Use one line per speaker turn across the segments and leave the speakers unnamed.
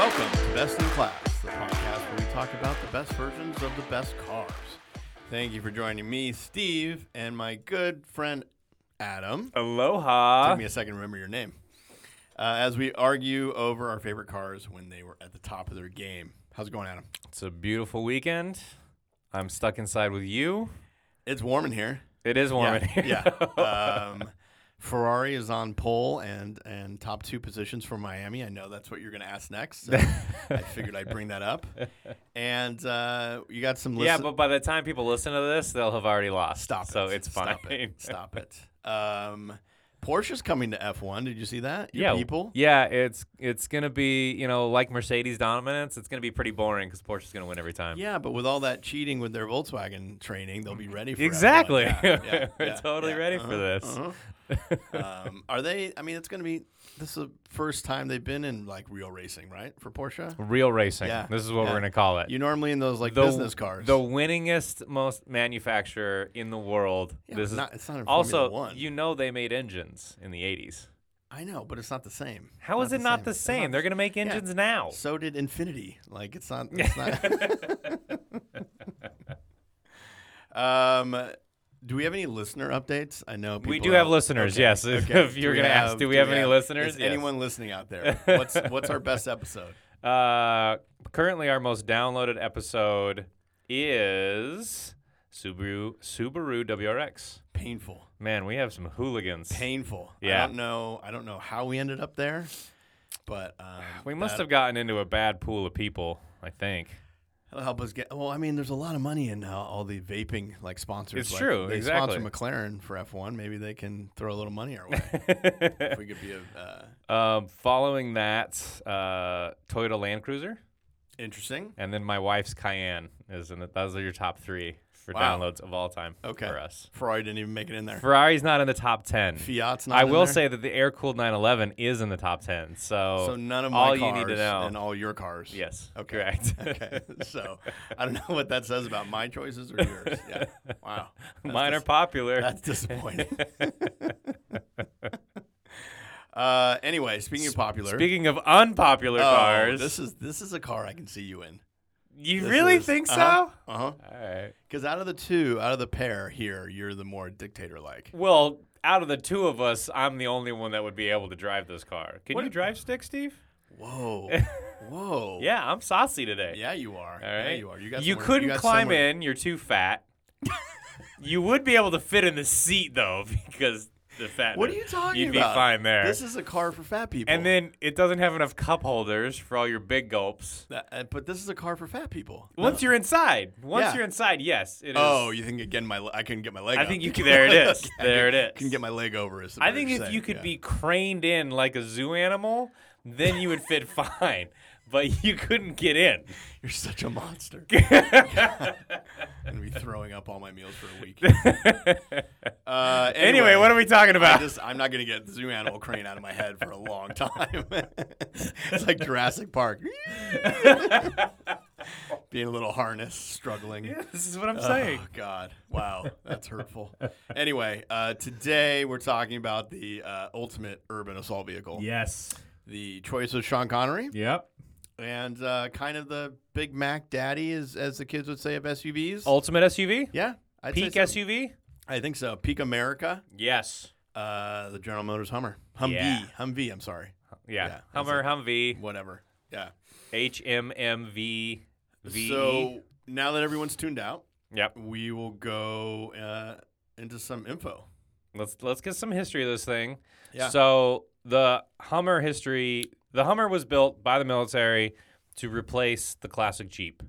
Best in Class, the podcast where we talk about the best versions of the best cars. Thank you for joining me, Steve, and my good friend Adam.
Aloha.
Give me a second to remember your name. Uh, as we argue over our favorite cars when they were at the top of their game. How's it going, Adam?
It's a beautiful weekend. I'm stuck inside with you.
It's warm in here.
It is warm
yeah,
in here.
yeah. Um, Ferrari is on pole and and top two positions for Miami. I know that's what you're going to ask next. So I figured I'd bring that up. And uh, you got some.
Yeah,
listen-
but by the time people listen to this, they'll have already lost.
stop it.
So it's fine.
Stop it. Stop it. Um, Porsche's coming to F1. Did you see that? Your
yeah,
people.
Yeah, it's it's gonna be you know like Mercedes dominance. It's gonna be pretty boring because Porsche's gonna win every time.
Yeah, but with all that cheating with their Volkswagen training, they'll be ready for F1.
Exactly.
Yeah, yeah,
We're
yeah,
totally
yeah.
ready for
Uh-huh,
this.
uh-huh. um, are they? I mean, it's going to be. This is the first time they've been in like real racing, right? For Porsche.
Real racing.
Yeah,
This is what
yeah.
we're gonna call it.
You normally in those like
the,
business cars.
The winningest most manufacturer in the world.
Yeah,
this
but
is
not, it's not in Formula
also
One.
you know they made engines in the 80s.
I know, but it's not the same.
How is it not the
It's
same? They're going to make engines now.
So did Infinity. Like it's not. It's not. um, do we have any listener updates? I know
We
people
do
are-
have listeners,
okay,
yes. If
okay.
you're
Do we
gonna ask, do we have any listeners?
Is
Yes.
Anyone listening out there? What's what's our best episode?
Uh, currently, our most downloaded episode is Subaru Subaru WRX.
Painful,
Man, we have some hooligans.
painful. I
Yeah.
don't know. I don't know how we ended up there, but um,
We must have gotten into a bad pool of people. I think
That'll help us get. Well, I mean, there's a lot of money in now, all the vaping like sponsors.
It's
like,
true,
They
exactly.
sponsor McLaren for F1. Maybe they can throw a little money our way. if we could be a, uh,
um, following that, uh, Toyota Land Cruiser,
interesting.
and then my wife's Cayenne is in it. Those are your top three for
Wow.
downloads of all time
Okay.
for us.
Ferrari didn't even make it in there.
Ferrari's not in the top ten.
Fiat's not.
I
in
will
there.
say that the air cooled 911 is in the top 10. So,
so. None of my
all
cars
you need to know.
and all your cars.
yes.
Okay.
Correct.
okay. So I don't know what that says about my choices or yours. Yeah. Wow. That's
Mine are
dis-
popular.
That's disappointing. uh, anyway, speaking of popular.
Speaking of unpopular
Oh,
cars,
This is this is a car I can see you in.
you really think so?
Uh huh.
All right.
Because out of the two, out of the pair here, you're the more dictator like.
Well, out of the two of us, I'm the only one that would be able to drive this car. Can you drive stick, Steve?
Whoa, whoa.
Yeah, I'm saucy today.
Yeah, you are.
All
Yeah,
right.
you are. You got.
you
somewhere-
couldn't
got
climb
somewhere-
in. You're too fat. you would be able to fit in the seat though, because the fat.
What are you talking
You'd
about?
be fine there.
This is a car for fat people.
And then it doesn't have enough cup holders for all your big gulps.
That- uh, but this is a car for fat people.
Once you're inside, once
Yeah.
you're inside, yes, it is.
Oh, you think again? My le- I couldn't get my leg.
I
up.
think you can. There it is.
I
There it
couldn't-
is.
Couldn't get my leg over. Is the
I
better
think if
saying,
you could
yeah.
be craned in like a zoo animal, then you would fit fine. But you couldn't get in.
you're such a monster. I'm gonna be throwing up all my meals for a week. Uh,
Anyway, what are we talking
I
about?
just I'm not gonna get zoo animal crane out of my head for a long time. it's like Jurassic Park. Being a little harnessed, struggling.
this is what I'm
Oh
saying.
God! Wow, that's hurtful. anyway, uh, today we're talking about the uh, ultimate urban assault vehicle,
Yes.
the choice of Sean Connery,
Yep.
and uh, kind of the Big Mac daddy, is, as the kids would say, of SUVs.
Ultimate SUV?
yeah, I'd say
Oh, Peak
so.
SUV?
I think so. Peak America,
Yes.
uh, the General Motors Hummer, Humvee,
Yeah.
Humvee. I'm sorry,
Yeah.
Yeah,
Hummer, Humvee,
whatever. Yeah.
HMMV, VE.
So now that everyone's tuned out,
E. yep.
we will go uh, into some info.
Let's let's get some history of this thing.
Yeah.
So the Hummer history, the Hummer was built by the military to replace the classic Jeep.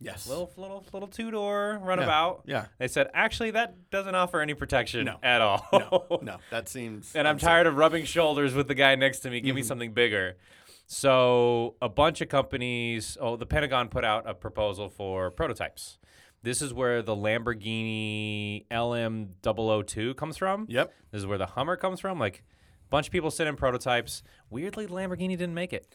Yes.
Little little little two door runabout.
yeah.
They said actually that doesn't offer any protection
No.
at all.
No, no, that seems.
and I'm tired of rubbing shoulders with the guy next to me. Give me something bigger. So a bunch of companies, oh, the Pentagon put out a proposal for prototypes. This is where the Lamborghini LM002 comes from.
Yep.
This is where the Hummer comes from. Like, a bunch of people sent in prototypes. Weirdly, Lamborghini didn't make it.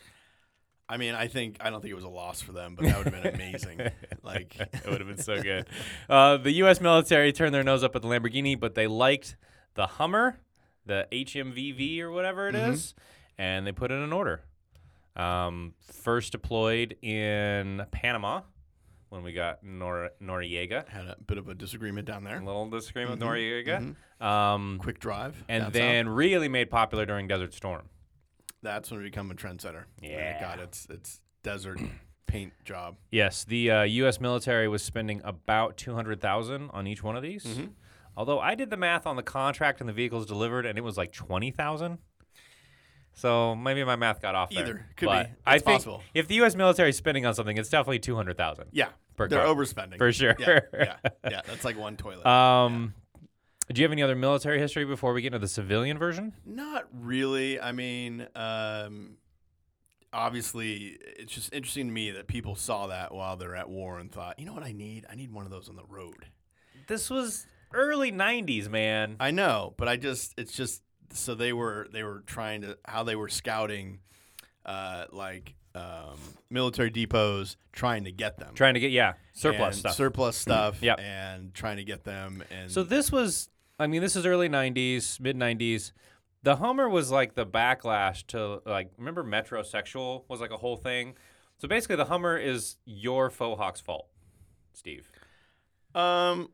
I mean, I think I don't think it was a loss for them, but that would have been amazing. like,
It would have been so good. Uh, the U.S. military turned their nose up at the Lamborghini, but they liked the
Mm-hmm.
Hummer, the HMVV or whatever it is, and they put in an order. Um, first deployed in Panama when we got Nor- Noriega.
Had a bit of a disagreement down
A
there.
little disagreement with Noriega. Um,
Quick drive.
and
Mm-hmm. down south.
then really made popular during Desert Storm.
that's when we become a trendsetter. When
Yeah.
It got its its desert paint job.
Yes, the uh, U.S. military was spending about two hundred thousand on each one of these.
Mm-hmm.
Although I did the math on the contract and the vehicles delivered, and it was like twenty thousand. So maybe my math got off. there.
Either. Could be.
but I
It's
think
possible.
if the U.S. military is spending on something, it's definitely two hundred thousand
Yeah.
Per
They're
car.
overspending.
for sure.
Yeah, yeah, yeah. That's like one toilet.
Um, do you have any other military history before we get into the civilian version?
Not really. I mean, um, obviously, it's just interesting to me that people saw that while they're at war and thought, you know what I need? I need one of those on the road.
This was early '90s, man.
I know, but I just it's just so they were they were trying to how they were scouting, uh, like um, military depots trying to get them
Trying to get yeah
And
surplus stuff. Mm-hmm.
surplus stuff,
Yep.
and trying to get them. And
So this was, I mean, this is early '90s, mid '90s. The Hummer was like the backlash to like remember metrosexual was like a whole thing. So basically, the Hummer is your faux hawk's fault, Steve.
um,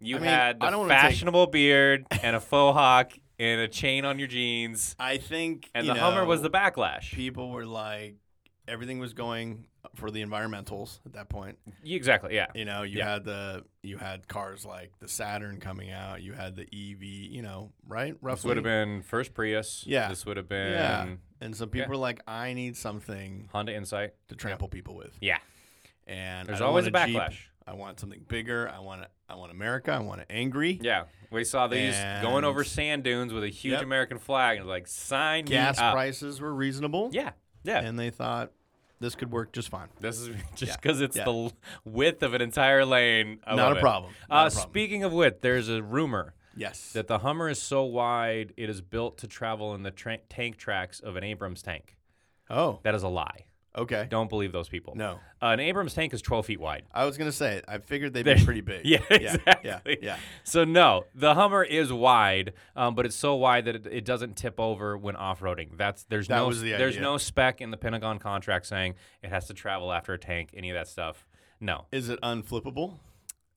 You
I mean,
had the
I don't wanna take-
fashionable beard and a faux hawk and a chain on your jeans,
I think
and
you
the Hummer was
know,
the backlash.
people were like everything was going for the environmentals at that point.
Y- exactly, yeah.
You know, you
Yeah.
had the you had cars like the Saturn coming out. You had the EV. You know, right?
This
Roughly.
would have been first Prius.
Yeah.
This would have been
Yeah. And some people
Yeah.
were like, I need something
Honda Insight.
to trample people with.
Yeah.
And I
There's
don't
always a
want Jeep.
backlash.
I want something bigger. I want I want America. I want it angry.
Yeah, we saw these going
And-
over sand dunes with a huge
Yep.
American flag, and like sign
Gas
me up.
prices were reasonable.
Yeah, yeah.
And they thought this could work just fine.
this is just because it's
yeah.
the l- width of an entire lane. I
Not
love
a
it.
problem. Not
Uh,
a problem.
Speaking of width, there's a rumor
Yes.
that the Hummer is so wide it is built to travel in the tra- tank tracks of an Abrams tank.
oh,
That is a lie.
okay.
Don't believe those people.
No.
Uh, an Abrams tank is 12 feet wide.
I was gonna say I figured they'd be pretty big.
Yeah,
yeah,
exactly.
yeah, yeah.
So no, the Hummer is wide, um, but it's so wide that it, it doesn't tip over when off-roading. That's there's
That
no
was the
there's
idea.
no spec in the Pentagon contract saying it has to travel after a tank, any of that stuff. No,
Is it unflippable?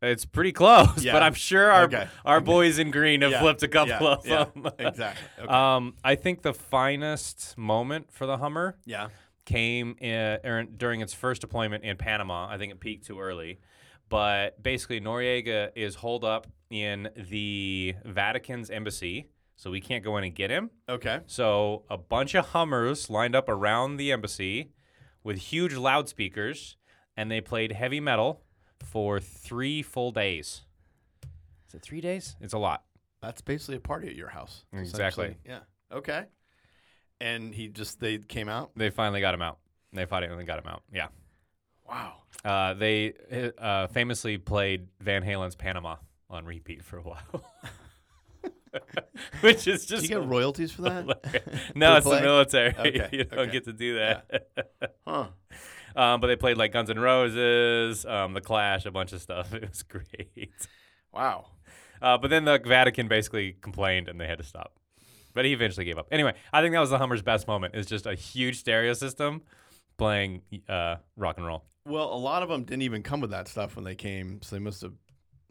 it's pretty close,
Yeah.
but I'm sure our
Okay.
our boys in green have
Yeah,
flipped a couple
yeah,
of
yeah,
them.
exactly. Okay.
um, I think the finest moment for the Hummer
yeah.
came in, er, during its first deployment in Panama. I think it peaked too early. But basically, Noriega is holed up in the Vatican's embassy, so we can't go in and get him.
Okay.
So a bunch of Hummers lined up around the embassy with huge loudspeakers, and they played heavy metal for three full days. Is it three days? It's a lot.
That's basically a party at your house.
Exactly.
essentially. Yeah. Okay. And he just they came out.
They finally got him out. They finally got him out. Yeah.
Wow.
Uh, they uh, famously played Van Halen's Panama on repeat for a while, which is
Do
just
you get royalties for that?
no,
for
it's the
playing?
military.
Okay,
you don't
okay.
get to do that.
huh.
Um, but they played like Guns N' Roses, um, The Clash, a bunch of stuff. It was great.
Wow.
Uh, but then the Vatican basically complained, and they had to stop. But he eventually gave up. Anyway, I think that was the Hummer's best moment. Is just a huge stereo system playing uh, rock and roll.
Well, a lot of them didn't even come with that stuff when they came, so they must have.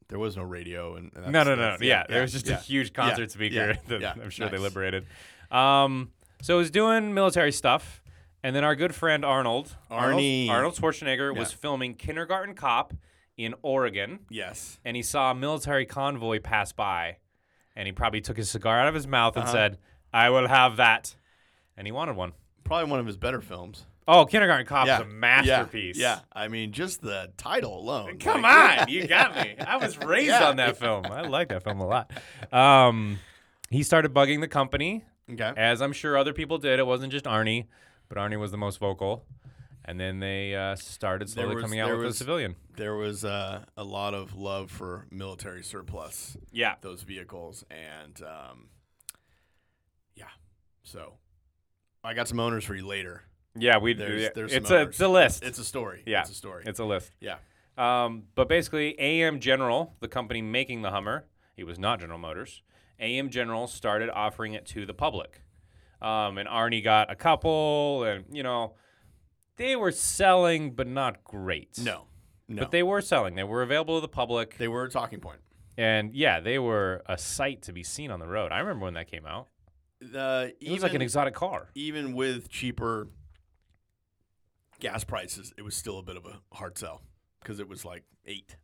There was no radio and. and
No,
that's-
no, no.
that's-
Yeah, there was just a
yeah.
huge concert speaker
yeah,
that
yeah.
I'm sure they
Nice.
liberated. Um, so it was doing military stuff, and then our good friend Arnold,
Arnie.
Arnold, Arnold Schwarzenegger was
Yeah.
filming Kindergarten Cop in Oregon,
Yes.
and he saw a military convoy pass by, and he probably took his cigar out of his mouth
Uh-huh.
and said, "I will have that," and he wanted one.
Probably one of his better films.
Oh, Kindergarten Cop
yeah.
is a masterpiece.
Yeah. yeah. I mean, just the title alone.
Come
like-
on, you got me. I was raised
Yeah.
on that film. I like that film a lot. Um, he started bugging the company,
Okay.
as I'm sure other people did. It wasn't just Arnie, but Arnie was the most vocal. And then they uh, started
There
slowly
was-
coming out
there
with a
was-
civilian.
There was uh, a lot of love for military surplus,
Yeah,
those vehicles, and um, yeah. So, I got some owners for you later.
yeah, we.
There's-
yeah.
there's some
it's a
others.
it's a list.
It's a story.
Yeah.
It's a story.
It's a list.
yeah.
Um, but basically, AM General, the company making the Hummer, it was not General Motors. AM General started offering it to the public. um, and Arnie got a couple, and you know, they were selling, but not great.
No, no.
but they were selling. They were available to the public,
they were a talking point.
and yeah, they were a sight to be seen on the road. I remember when that came out.
Uh,
It was like an exotic car.
even with cheaper gas prices, it was still a bit of a hard sell because it was like eight.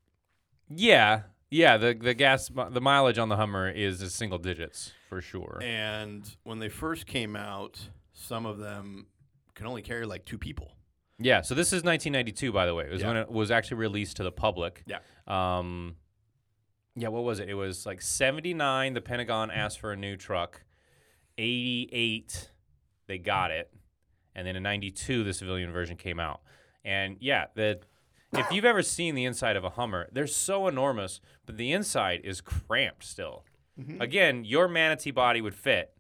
Yeah, yeah. The the gas mi- the mileage on the Hummer is a single digits for sure.
And when they first came out, some of them can only carry like two people.
Yeah, so this is 1992, by the way. It was
Yeah.
when it was actually released to the public.
Yeah.
Um, yeah, what was it? It was like 79, the Pentagon asked for a new truck. 88, they got it. And then in 92, the civilian version came out. And yeah, the, if you've ever seen the inside of a Hummer, they're so enormous, but the inside is cramped still. Again, your manatee body would fit,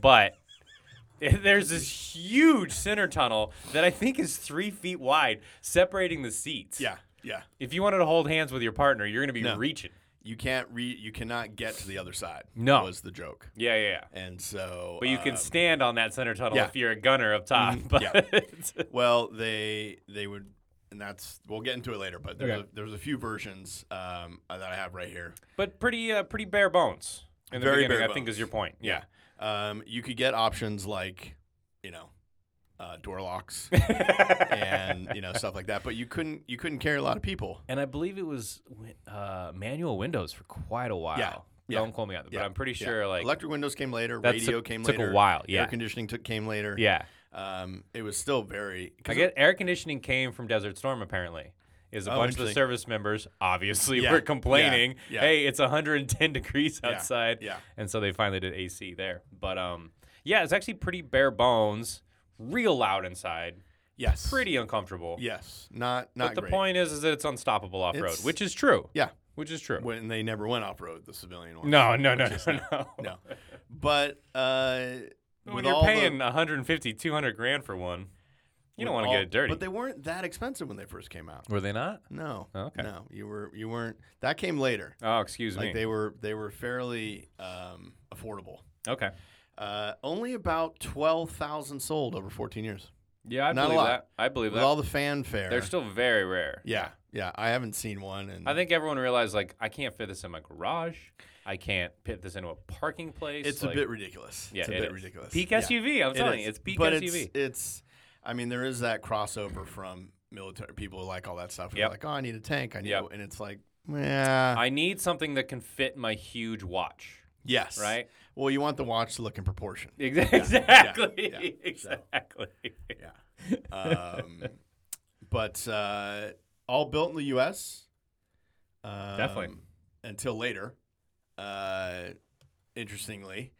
but there's this huge center tunnel that I think is three feet wide, separating the seats.
Yeah, yeah.
If you wanted to hold hands with your partner, you're gonna be
No.
reaching.
You can't re. You cannot get to the other side.
No.
was the joke.
Yeah, yeah. yeah.
And so,
But you can
um,
stand on that center tunnel
yeah.
if you're a gunner up top.
Mhm,
But
Well, they they would, and that's we'll get into it later. But there's
Okay.
a, there's a few versions um, that I have right here.
but pretty uh, pretty bare bones in the
Very
beginning.
bare
I think
bones.
is your point. Yeah.
Um, you could get options like, you know, uh, door locks and you know stuff like that, but you couldn't you couldn't carry a lot of people.
And I believe it was wi- uh, manual windows for quite a while.
yeah,
Don't quote me out, but
yeah,
I'm pretty
Yeah.
sure like
electric windows came later,
that
radio
took-
came
took a
later,
while, yeah.
air conditioning took came later.
yeah.
um, it was still very. 'cause
I
it-
get air conditioning came from Desert Storm apparently. Is a
Oh,
bunch of the
interesting.
service members obviously
Yeah,
were complaining,
yeah, yeah.
"Hey, it's 110 degrees
yeah,
outside."
Yeah,
And so they finally did AC there. But um yeah, it's actually pretty bare bones, real loud inside,
yes,
pretty uncomfortable.
Yes, not not
but the
great.
point is is that it's unstoppable off road,
It's-
which is true.
Yeah,
Which is true.
when they never went off road, the civilian one.
no, no, no, no, no.
no, but uh,
When
with
you're
all the-
paying 150, 200 grand for one, you don't
with
want to
all-
get it dirty.
But they weren't that expensive when they first came out.
Were they not?
No.
Oh, Okay.
No, you were you weren't. That came later.
Oh, excuse
Like
me.
they were they were fairly um, affordable.
okay.
Uh, only about twelve thousand sold over fourteen years.
Yeah, I
Not a
believe
lot.
that. I believe
With
that.
all the fanfare,
They're still very rare.
yeah yeah. I haven't seen one, and
I think everyone realized like I can't fit this in my garage. I can't fit this into a parking place.
it's
like-
a bit ridiculous.
Yeah,
it's a
it
bit
is.
ridiculous.
Peak
Yeah.
SUV. I'm
It
telling
is.
you, it's peak
but
SUV.
It's, it's I mean there is that crossover from military people who like all that stuff. who are
Yep.
Like oh I need a tank. I need
Yep.
a-" and it's like yeah
I need something that can fit my huge watch,
yes
right?
Well you want the watch to look in proportion.
Exactly.
yeah, yeah.
exactly.
Yeah. Um, but uh, all built in the U.S. Um,
Definitely.
Until later. Uh, interestingly,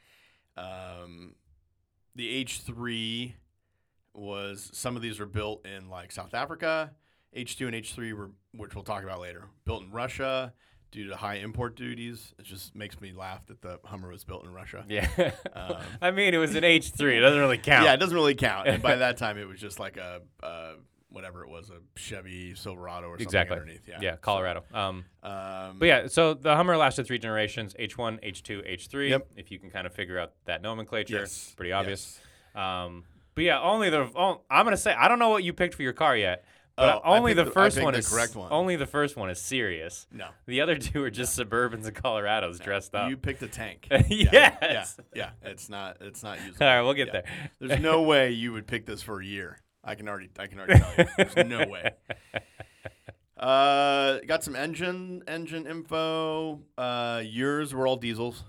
um, the H three was some of these were built in like South Africa. H two and H three were, which we'll talk about later, built in Russia due to high import duties. It just makes me laugh that the Hummer was built in Russia.
Yeah.
Um,
I mean, it was an H3. It doesn't really count.
yeah, it doesn't really count. And by that time, it was just like a uh, whatever it was, a Chevy Silverado or something
Exactly.
underneath. Yeah.
Yeah, Colorado. Um,
Um,
but yeah, so the Hummer lasted three generations: H1, H2, H3.
Yep.
If you can kind of figure out that nomenclature,
yes,
pretty obvious.
yes.
Um, but yeah, only the on- I'm gonna say I don't know what you picked for your car yet, but
Oh, I
only
picked
the
the- I
first
picked
one
the
is
correct one.
only the first one is serious.
No.
The other two are just Suburbans and Colorados dressed up.
You picked a tank.
Yes.
Yeah, yeah. It's not. It's not
All
usable.
right, we'll get
Yeah.
there.
There's no way you would pick this for a year. I can already. I can already tell you. There's no way. Uh, got some engine engine info. Uh, yours were all diesels,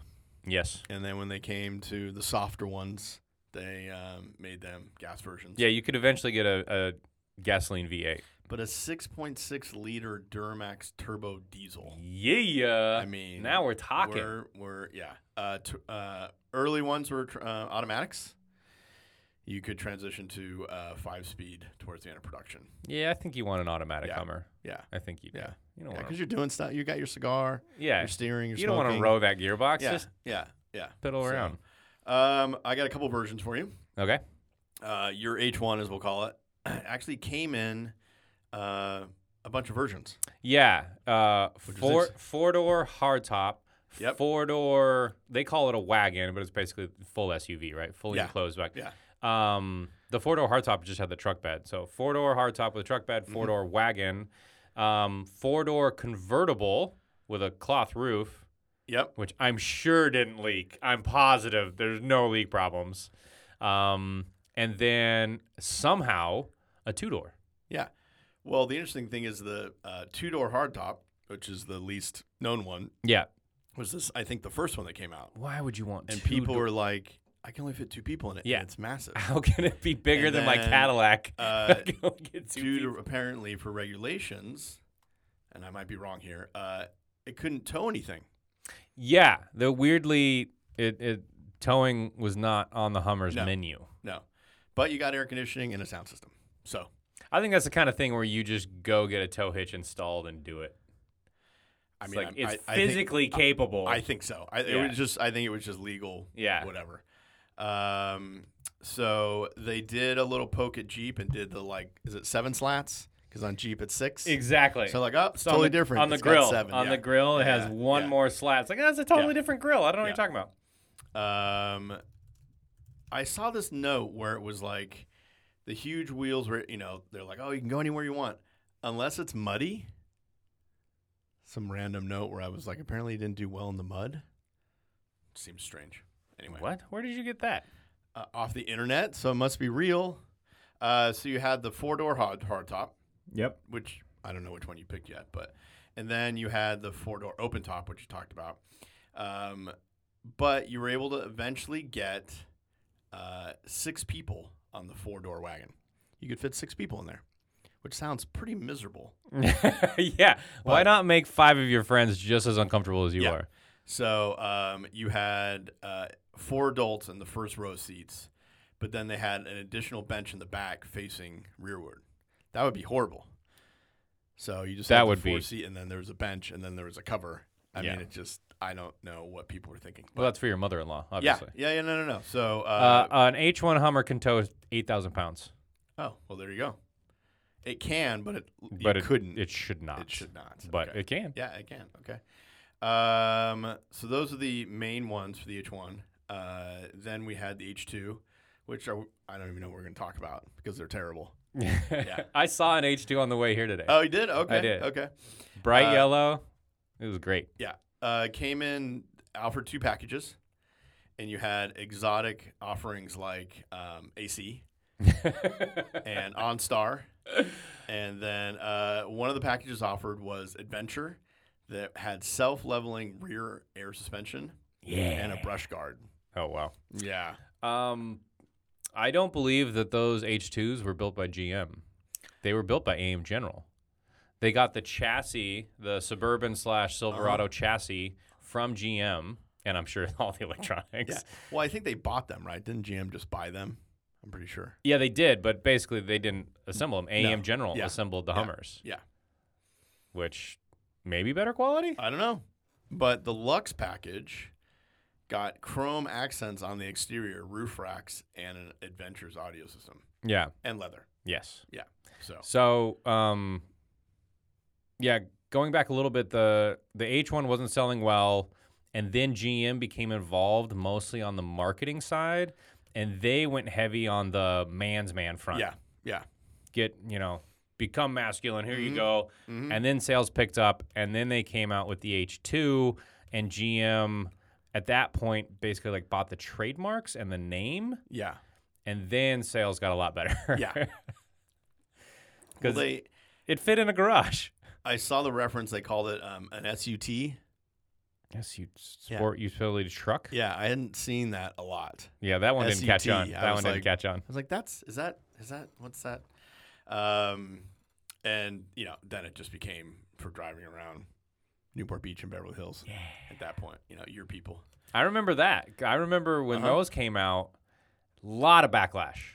Yes.
and then when they came to the softer ones, they um, made them gas versions.
Yeah, you could eventually get a, a gasoline V8.
But a 6.6 liter Duramax turbo diesel.
Yeah.
I mean,
now we're talking.
We're, we're yeah. Uh, t- uh, early ones were tr- uh, automatics. You could transition to uh, five speed towards the end of production.
yeah, I think you want an automatic
Yeah.
Hummer.
Yeah,
I think you do.
Yeah.
You don't
because
want to.
you're doing stuff. You got your cigar.
Oh, Yeah.
You're steering. You're
you don't want to
smoking.
row that gearbox.
Yeah,
Just
yeah, yeah.
fiddle
So-
around.
Um, I got a couple versions for you.
Okay.
Uh, your H1, as we'll call it, actually came in uh, a bunch of versions.
Yeah. Uh,
Which is
four
ex-
four door hardtop,
Yep.
Four door. They call it a wagon, but it's basically full SUV, right? Fully
Yeah.
enclosed back.
Yeah.
Um, the four door hardtop just had the truck bed. So four door hardtop with a truck
Mm-hmm.
bed, four door wagon, um, four door convertible with a cloth roof,
Yep.
which I'm sure didn't leak. I'm positive there's no leak problems. Um, and then somehow a two door.
Yeah. Well, the interesting thing is the uh, two door hardtop, which is the least known one,
Yeah.
was this, I think, the first one that came out.
Why would you want
And
two
people
door-
were like, I can only fit two people in it. and
Yeah.
it's massive.
How can it be bigger
And
than my
then,
Cadillac?
uh,
I can only get two
due to
people.
apparently for regulations, and I might be wrong here, uh, it couldn't tow anything.
yeah, the weirdly, it, it towing was not on the Hummer's
No.
menu.
No, but you got air conditioning and a sound system. So
I think that's the kind of thing where you just go get a tow hitch installed and do it.
I
It's
mean,
like
I'm-
it's
I, I think,
physically capable.
I think so. I,
Yeah.
It was just I think it was just legal.
Yeah.
whatever. Um, so they did a little poke at Jeep and did the like, is it seven slats? Because on Jeep it's six.
exactly.
So like, oh, it's
So
totally
on the,
different
on the
It's got
grill.
Seven.
on
yeah.
the grill, it has
Yeah,
one
yeah.
more slat. It's like that's a totally
Yeah.
different grill. I don't know what
Yeah.
you're talking about.
Um, I saw this note where it was like the huge wheels were, you know, they're like, oh, you can go anywhere you want unless it's muddy. Some random note where I was like, apparently you didn't do well in the mud. Seems strange. Anyway,
What? Where did you get that?
Uh, off the internet, so it must be real. Uh, so you had the four door hard hardtop,
Yep.
which I don't know which one you picked yet, but and then you had the four door open top, which you talked about. Um, but you were able to eventually get uh, six people on the four door wagon. You could fit six people in there, which sounds pretty miserable.
yeah. Why not make five of your friends just as uncomfortable as you
Yeah.
are?
So um, you had uh, four adults in the first row seats, but then they had an additional bench in the back facing rearward. That would be horrible. So you just
That
had the
would be-
four seat, and then there was a bench, and then there was a cover. I
Yeah.
mean, it just I don't know what people were thinking.
Well, that's for your mother-in-law,
yeah,
obviously.
yeah, yeah, no, no, no. So
Uh,
uh,
an H1 Hummer can tow 8,000 pounds,
oh well, there you go. It can, but it you
Uh, but it
couldn't.
It should not.
It should not.
But
Okay.
it can.
Yeah, it can. Okay. Um, so those are the main ones for the H1. Uh, then we had the H2, which are, I don't even know what we're going to talk about because they're terrible.
I saw an H2 on the way here today.
Oh, you did? Okay.
did.
Okay.
Bright
uh,
yellow. It was great.
Yeah. Uh, came in offered two packages, and you had exotic offerings like um, AC and OnStar. And then uh, one of the packages offered was Adventure that had self leveling rear air suspension and a brush guard.
Oh wow.
Yeah.
Um, I don't believe that those H2s were built by GM. They were built by AM General. They got the chassis, the Suburban slash Silverado chassis from GM, and I'm sure all the electronics.
Yeah. Well, I think they bought them, right? Didn't GM just buy them? I'm pretty sure.
Yeah, they did, but basically they didn't assemble them. AM
No.
General
Yeah.
assembled the
Yeah.
Hummers,
Yeah.
which maybe better quality.
I don't know. But the Lux package got chrome accents on the exterior, roof racks, and an Adventures audio system
Yeah.
and leather.
Yes.
So,
So, um, yeah, going back a little bit, the the H one wasn't selling well, and then GM became involved mostly on the marketing side, and they went heavy on the man's man front.
yeah. Yeah.
get you know, become masculine. Here you go,
Mhm.
and then sales picked up, and then they came out with the H two, and GM at that point basically like bought the trademarks and the name,
Yeah.
and then sales got a lot better.
Yeah. Well,
'Cause-
they,
it fit in a garage.
I saw the reference. They called it um, an SUT.
Yes, you
Yeah.
sport utility truck. Yeah,
Yeah. I hadn't seen that a lot.
that one didn't catch
SUT,
on.
I
that one
was
didn't
like-
catch on.
I was like, that's, is that, is that, what's that? Um, and, you know, then it just became for driving around Newport Beach and Beverly Hills at that point, you know, your people.
I remember that. I remember when
Uh-huh.
those came out, a lot of backlash.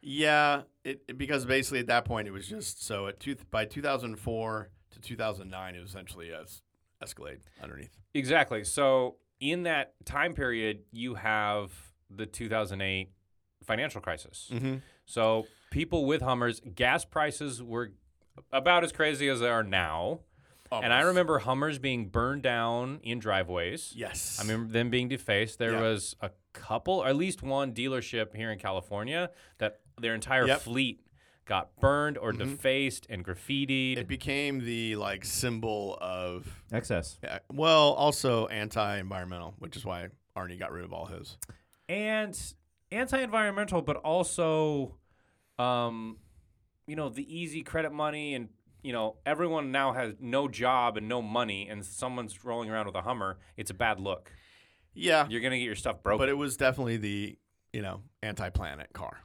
Yeah, it, it- because basically at that point it was just so at two, by 2004 to 2009 it was essentially a s- Escalade underneath.
Exactly. So in that time period, you have the 2008 financial crisis.
Mm-hmm.
So people with Hummers, gas prices were about as crazy as they are now. And I
Almost.
remember Hummers being burned down in driveways.
Yes.
I remember them being defaced. There
Yeah.
was a couple, or at least one dealership here in California that their entire
Yep. Mm-hmm.
fleet got burned or defaced and graffitied.
it became the like symbol of
Excess.
yeah, well, also anti-environmental, which is why Arnie got rid of all his.
and anti-environmental, but also, um, you know, the easy credit money and you know everyone now has no job and no money, and someone's rolling around with a Hummer. It's a bad look.
Yeah,
You're gonna get your stuff broken.
but it was definitely the you know anti-planet car.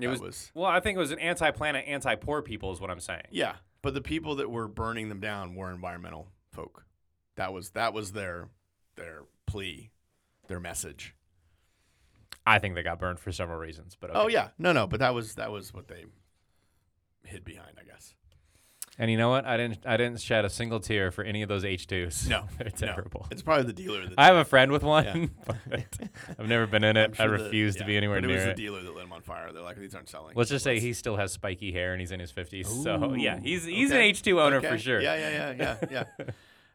It
that
was, well, I think it was an anti-planet, anti-poor people is what I'm saying.
yeah, but the people that were burning them down were environmental folk. That was that was their their plea, their message.
I think they got burned for several reasons, but okay.
Oh yeah, no, no, but that was that was what they hid behind, I guess.
And you know what? I didn't. I didn't shed a single tear for any of those H twos.
No,
they're
no.
terrible.
It's probably the dealer that
I have a friend with one,
Yeah.
but I've never been in it.
I'm sure
I
the-
refuse to
yeah,
be anywhere
but
near
It was
it.
the dealer that lit them on fire. They're like, these aren't selling.
Let's just say he still has spiky hair and he's in his fifties. So yeah,
Ooh,
he's he's an
okay.
H two owner
Okay.
for sure.
Yeah, yeah, yeah, yeah,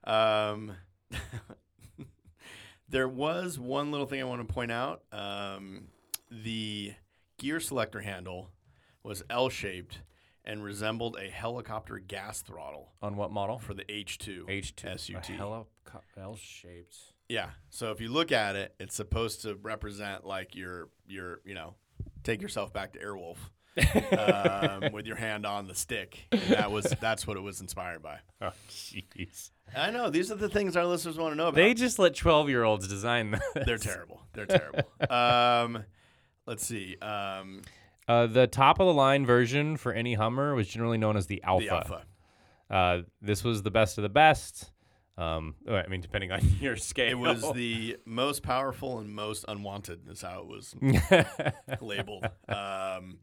yeah. um, there was one little thing I want to point out. Um, the gear selector handle was L shaped and resembled a helicopter gas throttle
On what model?
for the H2.
H two
SUT.
L shaped.
Yeah. So if you look at it, it's supposed to represent like your your you know, take yourself back to Airwolf um, with your hand on the stick. And that was that's what it was inspired by.
Oh jeez.
I know these are the things our listeners want to know about.
They just let twelve year olds design this.
They're terrible. They're terrible. um, let's see. Um,
Uh, the top of the line version for any Hummer was generally known as the Alpha.
the alpha.
Uh, this was the best of the best. Um, well, I mean, depending on your scale,
It was the most powerful and most unwanted. Is how it was labeled. Um,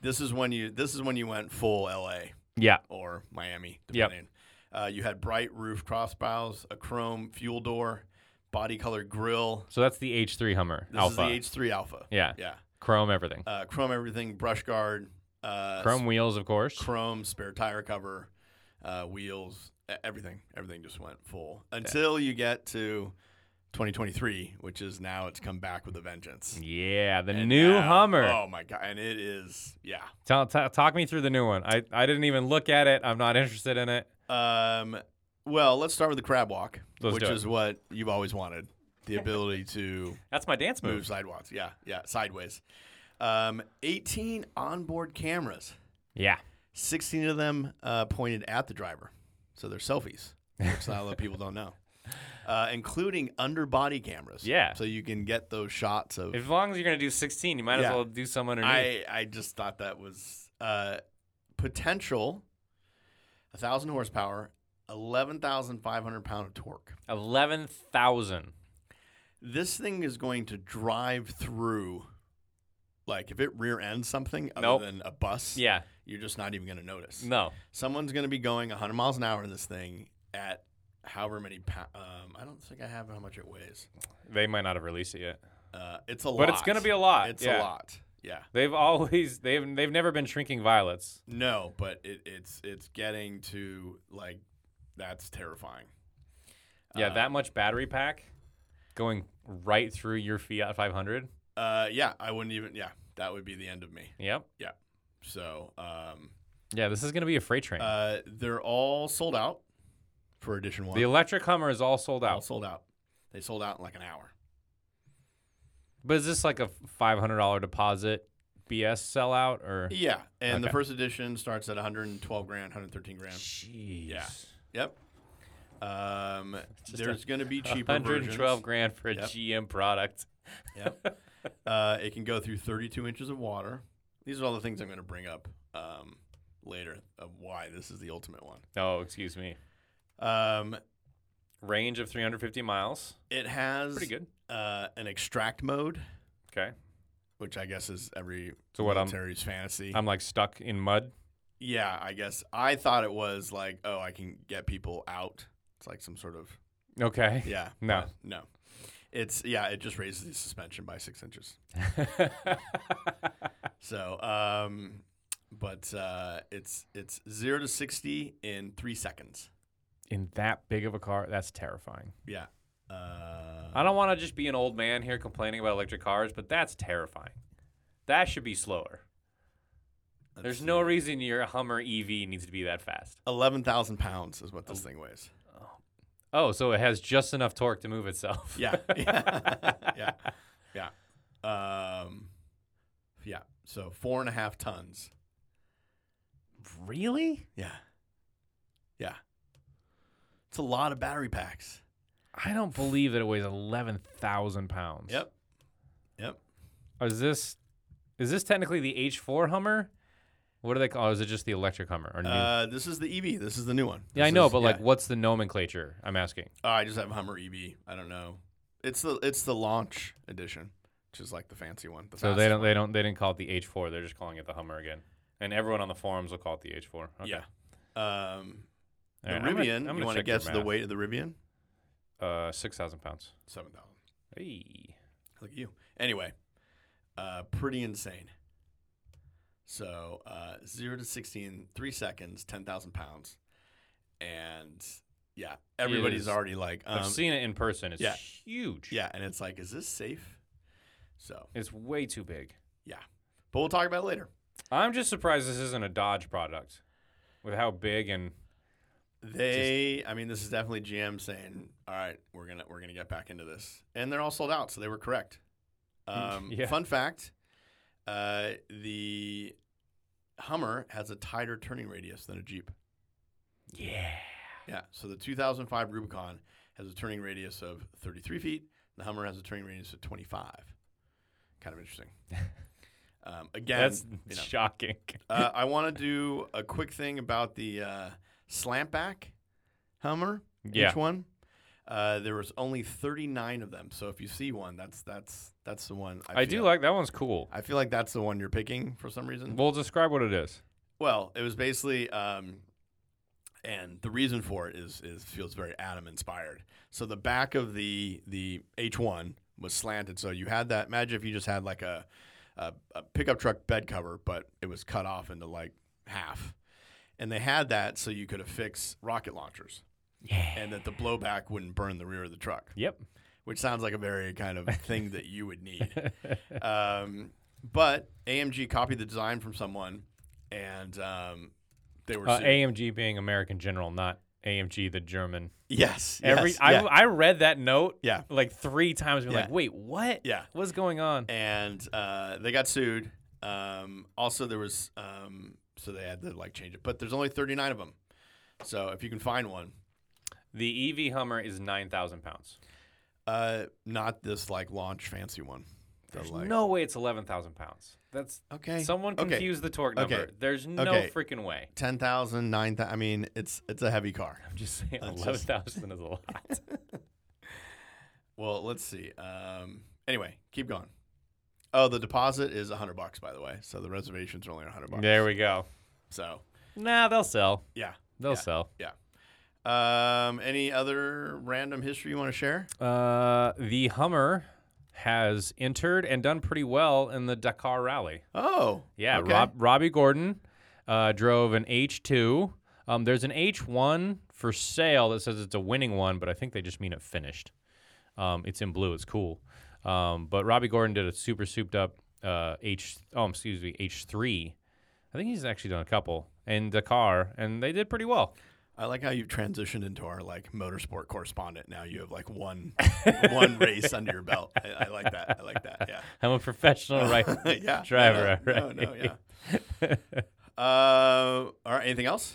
this is when you. This is when you went full L.A.
yeah.
or Miami,
Yep.
depending. Uh, you had bright roof cross bows, a chrome fuel door, body colored grill.
So that's the H3 Hummer
This
Alpha.
is the H3 Alpha.
yeah.
Yeah.
Chrome everything.
Uh, chrome everything, brush guard, uh,
Chrome wheels, of course.
chrome spare tire cover, uh, wheels, e- everything. Everything just went full until you get to 2023, which is now it's come back with a vengeance.
yeah, the
And
new
now-
Hummer.
Oh my god! And it is yeah.
Tell, ta- talk me through the new one. I, I didn't even look at it. I'm not interested in it.
Um, well, let's start with the crab walk,
Let's
which
do it.
is what you've always wanted: the ability to
That's my dance
move
move.
sidewalks. Yeah, yeah, sideways. Um, 18 onboard cameras.
Yeah.
16 of them uh, pointed at the driver, so they're selfies, which a lot of people don't know, uh, including underbody cameras.
Yeah.
so you can get those shots of.
As long as you're going to do 16, you might as
Yeah.
well do some underneath.
I I just thought that was uh, potential. A thousand horsepower, eleven thousand five hundred pound of torque.
11,000.
This thing is going to drive through. Like if it rear ends something other
Nope.
than a bus,
Yeah.
you're just not even going to notice.
No.
Someone's going to be going 100 miles an hour in this thing at however many pounds. Um, I don't think I have how much it weighs.
They might not have released it yet.
Uh, it's a lot.
But it's going to be a lot.
It's a
yeah.
lot. Yeah.
They've always they've they've never been shrinking violets.
No, but it, it's it's getting to like that's terrifying.
Yeah,
Uh,
that much battery pack going right through your Fiat 500.
Uh, yeah, I wouldn't even. Yeah, that would be the end of me.
Yep.
So um,
Yeah, this is going to be a freight train.
uh, they're all sold out for edition one.
the electric Hummer is all sold
all
out.
sold out. They sold out in like an hour.
But is this like a $500 deposit BS sellout or?
Yeah, and the
Okay.
first edition starts at 112 grand, 113 grand.
Jeez.
Yeah. Yep. Um,
Just a
there's going to be cheaper
112
versions.
grand for a
Yep.
GM product.
Yep. Uh, it can go through 32 inches of water. These are all the things I'm going to bring up um, later of why this is the ultimate one.
Oh, excuse me.
Um,
Range of 350 miles.
it has
Pretty good.
Uh, an extract mode,
Okay.
which I guess is every
So what, I'm-
military's fantasy.
I'm like stuck in mud.
yeah, I guess I thought it was like, oh, I can get people out. It's like some sort of
Okay.
yeah.
No.
but no. It's yeah. It just raises the suspension by six inches. So, um, but uh, it's it's zero to sixty in three seconds.
in that big of a car, that's terrifying.
Yeah. Uh,
I don't want to just be an old man here complaining about electric cars, but that's terrifying. That should be slower.
let's
There's
see.
no reason your Hummer EV needs to be that fast.
eleven thousand pounds is what this thing weighs.
Oh, so it has just enough torque to move itself.
Yeah. yeah. Yeah. Um, yeah. So four and a half tons.
Really?
Yeah. Yeah. It's a lot of battery packs.
I don't believe that it weighs 11,000 pounds.
Yep.
Is this is this technically the H4 Hummer? What do they call? Oh, is it just the electric Hummer or new?
Uh, this is the EV. This is the new one.
Mm-hmm. yeah, I
This
know,
is-
but like,
yeah.
what's the nomenclature? I'm asking.
Oh, I just have Hummer EV. I don't know. It's the it's the launch edition, which is like the fancy one. the
So they
fast
don't they don't they didn't call it the H4. They're just calling it the Hummer again. And everyone on the forums will call it the H4. Okay.
Yeah. Um, the
All right, I'm gonna-
Rivian.
I'm gonna
you want to
check your
guess the
math.
weight of the Rivian?
Uh, six thousand pounds.
Seven thousand.
Hey.
Look at you. Anyway, uh, pretty insane. So uh, zero to sixty in three seconds, ten thousand pounds, and yeah, everybody's
is-
already like, um,
I've seen it in person. It's
yeah.
huge.
yeah, and it's like, is this safe? So,
It's way too big.
but we'll talk about it later.
I'm just surprised this isn't a Dodge product, with how big and
They, I mean, this is definitely GM saying, "All right, we're gonna we're gonna get back into this," and they're all sold out, so they were correct. Um,
Yeah.
Fun fact: uh, the Hummer has a tighter turning radius than a Jeep.
yeah.
Yeah, so the 2005 Rubicon has a turning radius of 33 feet. The Hummer has a turning radius of 25. Kind of interesting. Um, again,
That's
you know,
shocking.
uh, I want to do a quick thing about the uh, slant back Hummer.
Yeah.
Each one. Uh, there was only 39 of them. So if you see one, that's that's that's the one. I,
I
feel.
do like that one's cool.
I feel like that's the one you're picking for some reason.
Well, describe what it is.
Well, it was basically, um, and the reason for it is is feels very Adam inspired. So the back of the the H one was slanted, so you had that. Imagine if you just had like a, a a pickup truck bed cover, but it was cut off into like half, and they had that so you could affix rocket launchers.
Yeah.
And that the blowback wouldn't burn the rear of the truck
Yep.
which sounds like a very kind of thing that you would need. Um, but AMG copied the design from someone, and um, they were
Uh,
sued.
AMG being American General, not AMG the German.
yes,
Every
yes,
I,
yeah,
I read that note
yeah,
like three times. Being
Yeah.
like, wait, what?
yeah.
What's going on?
and uh, they got sued. Um, also, there was um, so they had to like change it, but there's only 39 of them. So if you can find one,
The EV Hummer is nine thousand pounds.
uh, not this like launch fancy one. The,
There's
like-
no way it's eleven thousand pounds. That's
okay.
someone
okay.
confused the torque
Okay.
number. There's no
Okay.
freaking way.
10,000, 9,000. I mean, it's it's a heavy car.
I'm just saying,
That's
eleven
just-
thousand is a lot.
Well, let's see. Um, anyway, keep going. Oh, the deposit is a hundred bucks, by the way. So the reservations are only a hundred bucks.
there we go.
So
Nah, they'll sell.
yeah.
They'll
Yeah.
sell.
Um, any other random history you want to share?
Uh, the Hummer has entered and done pretty well in the Dakar Rally.
Oh,
Yeah,
okay.
Rob, Robbie Gordon uh, drove an H2. Um, there's an H1 for sale that says it's a winning one, but I think they just mean it finished. Um, it's in blue. It's cool. Um, but Robbie Gordon did a super souped up uh, H. Oh, excuse me, H3. I think he's actually done a couple in Dakar, and they did pretty well.
I like how you've transitioned into our like motorsport correspondent. Now you have like one one race under your belt. I, I like that. I like that. Yeah.
I'm a professional right
yeah. no,
driver.
No,
already.
no, no, yeah. Uh, all right. Anything else?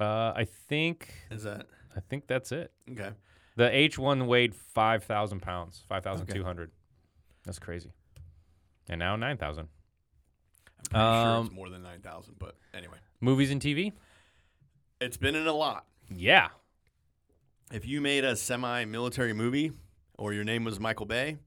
Uh, I think
Is that
I think that's it.
okay?
The H one weighed five thousand pounds, five thousand two hundred. That's crazy. And now nine thousand.
I'm pretty sure
Um,
it's more than nine thousand, but anyway,
Movies and TV.
it's been in a lot.
Yeah.
if you made a semi-military movie or your name was Michael Bay,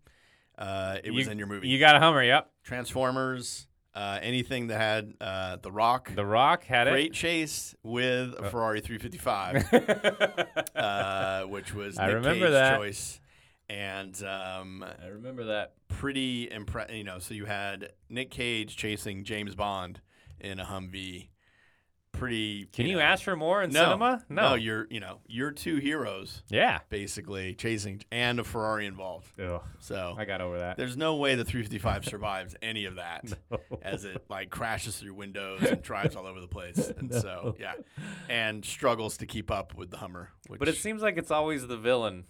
uh, it was
You-
in your movie.
You got a Hummer. Yep.
Transformers, uh, anything that had uh, The Rock,
The Oh. Rock had
great chase with a Ferrari 355,
it.
uh, which was
I
Nick
remember
Cage's
that.
choice, and um,
I remember that.
pretty impressive. You know, so you had Nick Cage chasing James Bond in a Humvee. pretty.
Can you
know,
ask for more in
no,
cinema?
No. you're you know you're two heroes
Yeah.
basically chasing and a Ferrari involved.
Ugh,
So
I got over that.
there's no way the 355 survives any of that as it like crashes through windows and drives all over the place. And so yeah, and struggles to keep up with the Hummer. Which,
But it seems like it's always the villain.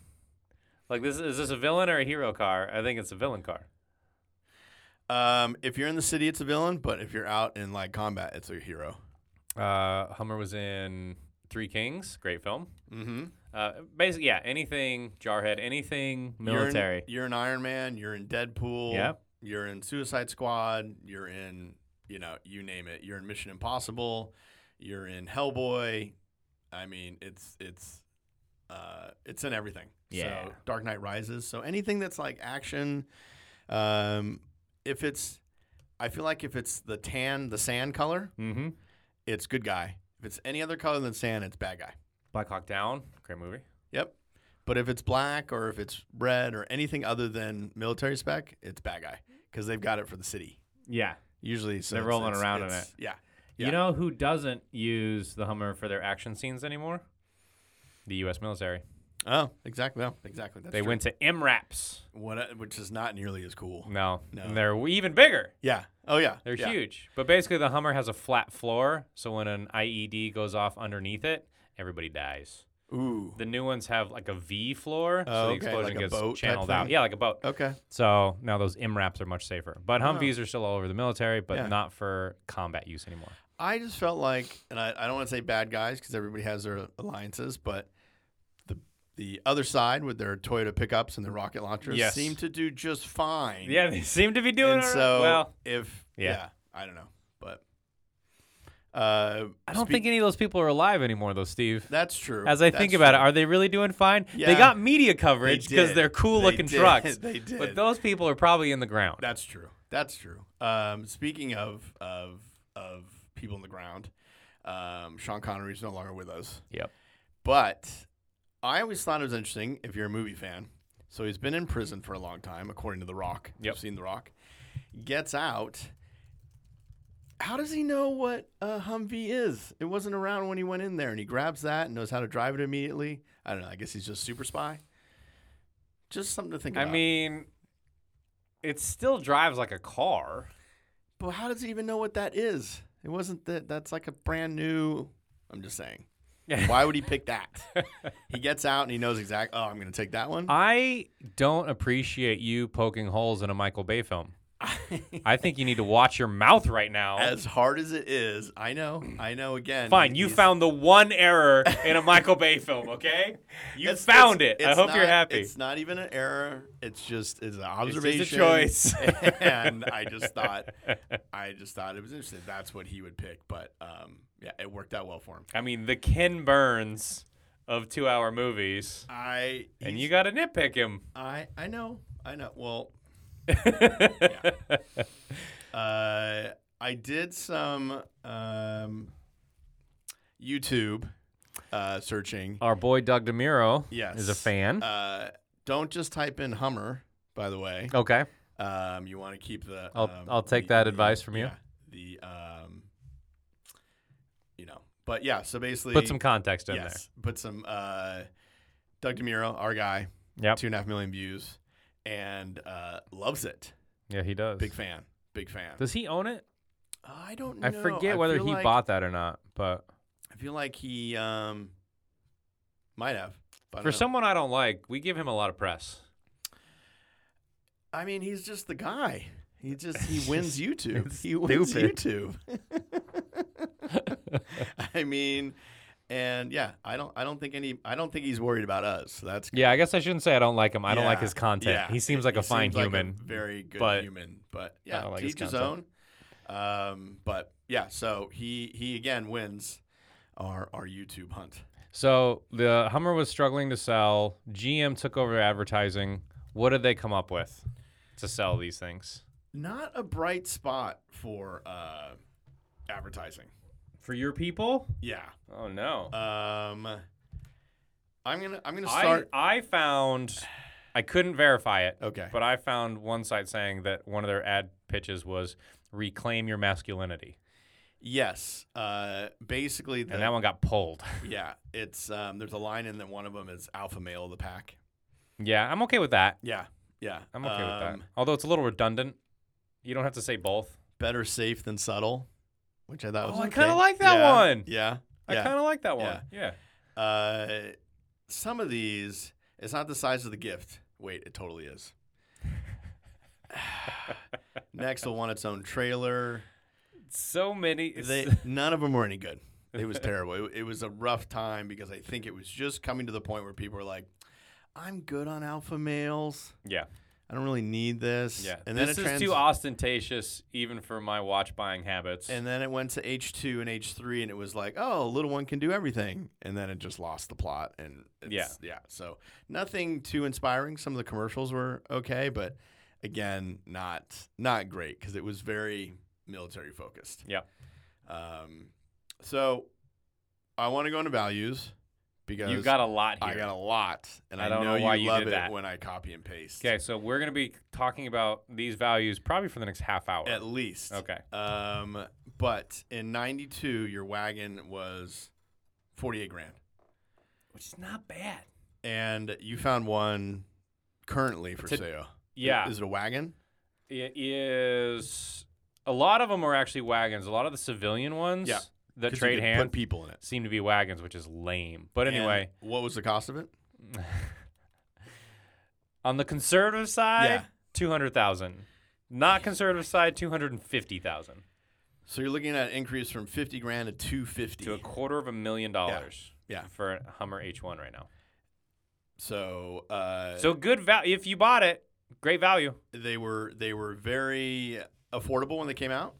Like this is this a villain or a hero car? I think it's a villain car.
um, if you're in the city, it's a villain. But if you're out in like combat, it's a hero.
Uh, Hummer was in Three Kings, great film.
Mm-hmm.
Uh, basically, yeah, anything Jarhead, anything military.
You're in, you're in Iron Man. You're in Deadpool.
Yep.
You're in Suicide Squad. You're in, you know, you name it. You're in Mission Impossible. You're in Hellboy. I mean, it's it's uh, it's in everything.
Yeah.
So Dark Knight Rises. So anything that's like action, um, if it's, I feel like if it's the tan, the sand color,
mm-hmm.
it's good guy. If it's any other color than sand, it's bad guy.
Black Hawk Down, great movie.
Yep. But if it's black or if it's red or anything other than military spec, it's bad guy because they've got it for the city
Yeah.
usually. So
They're
it's-
rolling
it's-
around in
it's-
it.
Yeah.
You
Yeah.
know who doesn't use the Hummer for their action scenes anymore? The U.S. military.
Oh, exactly. No, exactly. That's
they
true.
went to MRAPs.
What, which is not nearly as cool.
No,
No.
And they're even bigger.
Yeah. Oh yeah.
They're
Yeah.
huge. But basically, the Hummer has a flat floor, so when an IED goes off underneath it, everybody dies.
Ooh.
The new ones have like a V floor, so
Oh,
the
okay,
explosion
like a
gets
boat type
channeled out.
thing? Oh.
Yeah, like a boat.
Okay.
So now those MRAPs are much safer. But Humvees are still all over the military, but
Yeah.
not for combat use anymore.
I just felt like, and I, I don't want to say bad guys because everybody has their alliances, but the the other side with their Toyota pickups and their rocket launchers
Yes.
seem to do just fine.
Yeah, they seem to be doing
and
all right.
so
well.
if
Yeah.
yeah. I don't know, but uh,
I don't
speak-
think any of those people are alive anymore, though, Steve.
that's true.
As I think about it, are they really doing fine? They
Yeah.
got media coverage because
did.
they're cool
They
looking
did.
trucks.
They did.
But those people are probably in the ground.
that's true. That's true. Um, speaking of of of people in the ground, um, Sean Connery's no longer with us,
yep.
but I always thought it was interesting if you're a movie fan. So he's been in prison for a long time, according to The Rock.
Yep.
You've seen The Rock. Gets out. How does he know what a Humvee is? It wasn't around when he went in there, and he grabs that and knows how to drive it immediately. I don't know. I guess he's just super spy. Just something to think
I
about.
mean, it still drives like a car.
but how does he even know what that is? It wasn't that. That's like a brand new. I'm just saying.
Yeah.
Why would he pick that? he gets out and he knows exactly. Oh, I'm going to take that one.
I don't appreciate you poking holes in a Michael Bay film. I think you need to watch your mouth right now.
as hard as it is, I know, I know. Again,
Fine,
he-
you
he's-
found the one error in a Michael Bay film, okay? You
it's-
found
it's-
it. I
it's
hope you're
not-
happy.
It's not even an error. It's just it's an
just a
observation.
choice.
and I just thought, I just thought it was interesting. That's what he would pick, but um, yeah, it worked out well for him.
I mean, the Ken Burns of two hour movies.
I
And
he's-
you got to nitpick him.
I I know, I know. Well, uh, I did some um, YouTube uh, searching.
Our boy Doug DeMuro
Yes.
Oh, is a fan.
Uh, don't just type in Hummer, by the way.
okay.
Um, you want to keep the.
Oh. I'll-
um,
I'll take that advice from you.
yeah, the um, you know, but yeah. So basically,
Put some context in
yes, put some uh, Doug Demuro, our guy,
there. Yep.
two and a half million views, and uh, loves it.
Yeah, he does.
Big fan, big fan.
Does he own it?
I don't. know.
I forget whether
feel
he
like-
bought that or not, but
I feel like he um, might have. but I
for
don't know.
someone I don't like, we give him a lot of press.
I mean, he's just the guy. He just he wins YouTube.
It's
he wins
stupid.
YouTube. I mean, and yeah, I don't I don't think any I don't think he's worried about us. So that's
Yeah, I guess I shouldn't say I don't like him. I don't like
yeah,
his content.
yeah.
He seems like a
seems
fine
like
human.
very good
but
human, but yeah,
don't like
to
his
each his own.
content.
Um, but yeah, so he he again wins our our YouTube hunt.
so the Hummer was struggling to sell. GM took over advertising. What did they come up with to sell these things?
Not a bright spot for uh, advertising.
For your people?
Yeah.
Oh no.
Um, I'm gonna I'm gonna
I,
start.
I found I couldn't verify it.
Okay.
But I found one site saying that one of their ad pitches was reclaim your masculinity.
Yes. Uh, basically, the,
and that one got pulled.
yeah, it's um, there's a line in that one of them is alpha male of the pack.
yeah, I'm okay with that.
Yeah, yeah.
I'm okay with that.
Um,
Although it's a little redundant. You don't have to say both.
Better safe than subtle, which I thought
Oh,
was.
I
okay.
kinda like that
Yeah,
one.
Yeah,
I
yeah.
kind of like that one.
Yeah.
Yeah.
Uh, some of these, it's not the size of the gift. Wait, it totally is. Next will want its own trailer.
So many. it's-
They, none of them were any good. It was terrible. It, it was a rough time because I think it was just coming to the point where people were like, "I'm good on alpha males.
yeah.
I don't really need this."
Yeah.
and then
this
it
is
trans-
too ostentatious, even for my watch buying habits.
and then it went to H two and H three, and it was like, "Oh, a little one can do everything." And then it just lost the plot. And it's,
Yeah.
yeah. So nothing too inspiring. Some of the commercials were okay, but again, not not great because it was very military focused.
yeah.
Um, so I want to go into values because
You got a lot
I
here.
got a lot, and
I
I,
don't know
know,
why
you
you
love
did
it
that.
when I copy and paste.
Okay, so we're gonna be talking about these values probably for the next half hour.
At least.
okay.
Um, but in '92, your wagon was 48 grand,
Which is not bad.
and you found one currently for
It's a-
sale.
Yeah.
Is it a wagon?
It is. A lot of them are actually wagons. A lot of the civilian ones
Yeah.
that
'Cause you
trade
could
hand
Put people in it.
seem to be wagons, which is lame. But
And
anyway,
what was the cost of it?
on the conservative side,
Yeah.
two hundred thousand. Not conservative side, two hundred and fifty thousand
So you're looking at an increase from 50 grand to 250.
to a quarter of a million dollars.
Yeah.
For a Hummer H1 right now.
so. Uh,
So good value. If you bought it, great value.
they were they were very affordable when they came out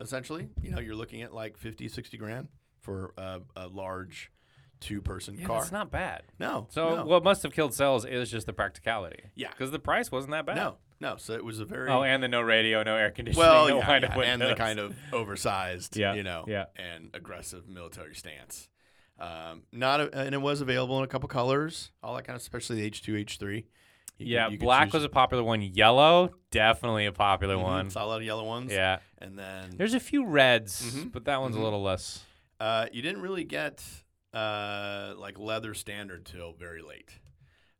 essentially you know you're looking at like 50 60 grand for a, a large two person car
It's not bad.
no
So
no,
what must have killed sales is just the practicality.
Yeah.
Because the price wasn't that bad.
no no so it was a very
Oh, and the no radio, no air conditioning,
well
no
yeah,
wide
yeah, and the
windows.
kind of oversized
Yeah,
you know
yeah.
and aggressive military stance um, not a, and it was available in a couple colors all that kind of especially the h2 h3 You
yeah,
could- you could
black
choose-
was a popular one. Yellow, definitely a popular
Mhm,
one.
saw a lot of yellow ones
Yeah.
and then
There's a few reds,
Mhm,
but that one's
mhm.
a little less.
Uh, you didn't really get uh, like leather standard till very late.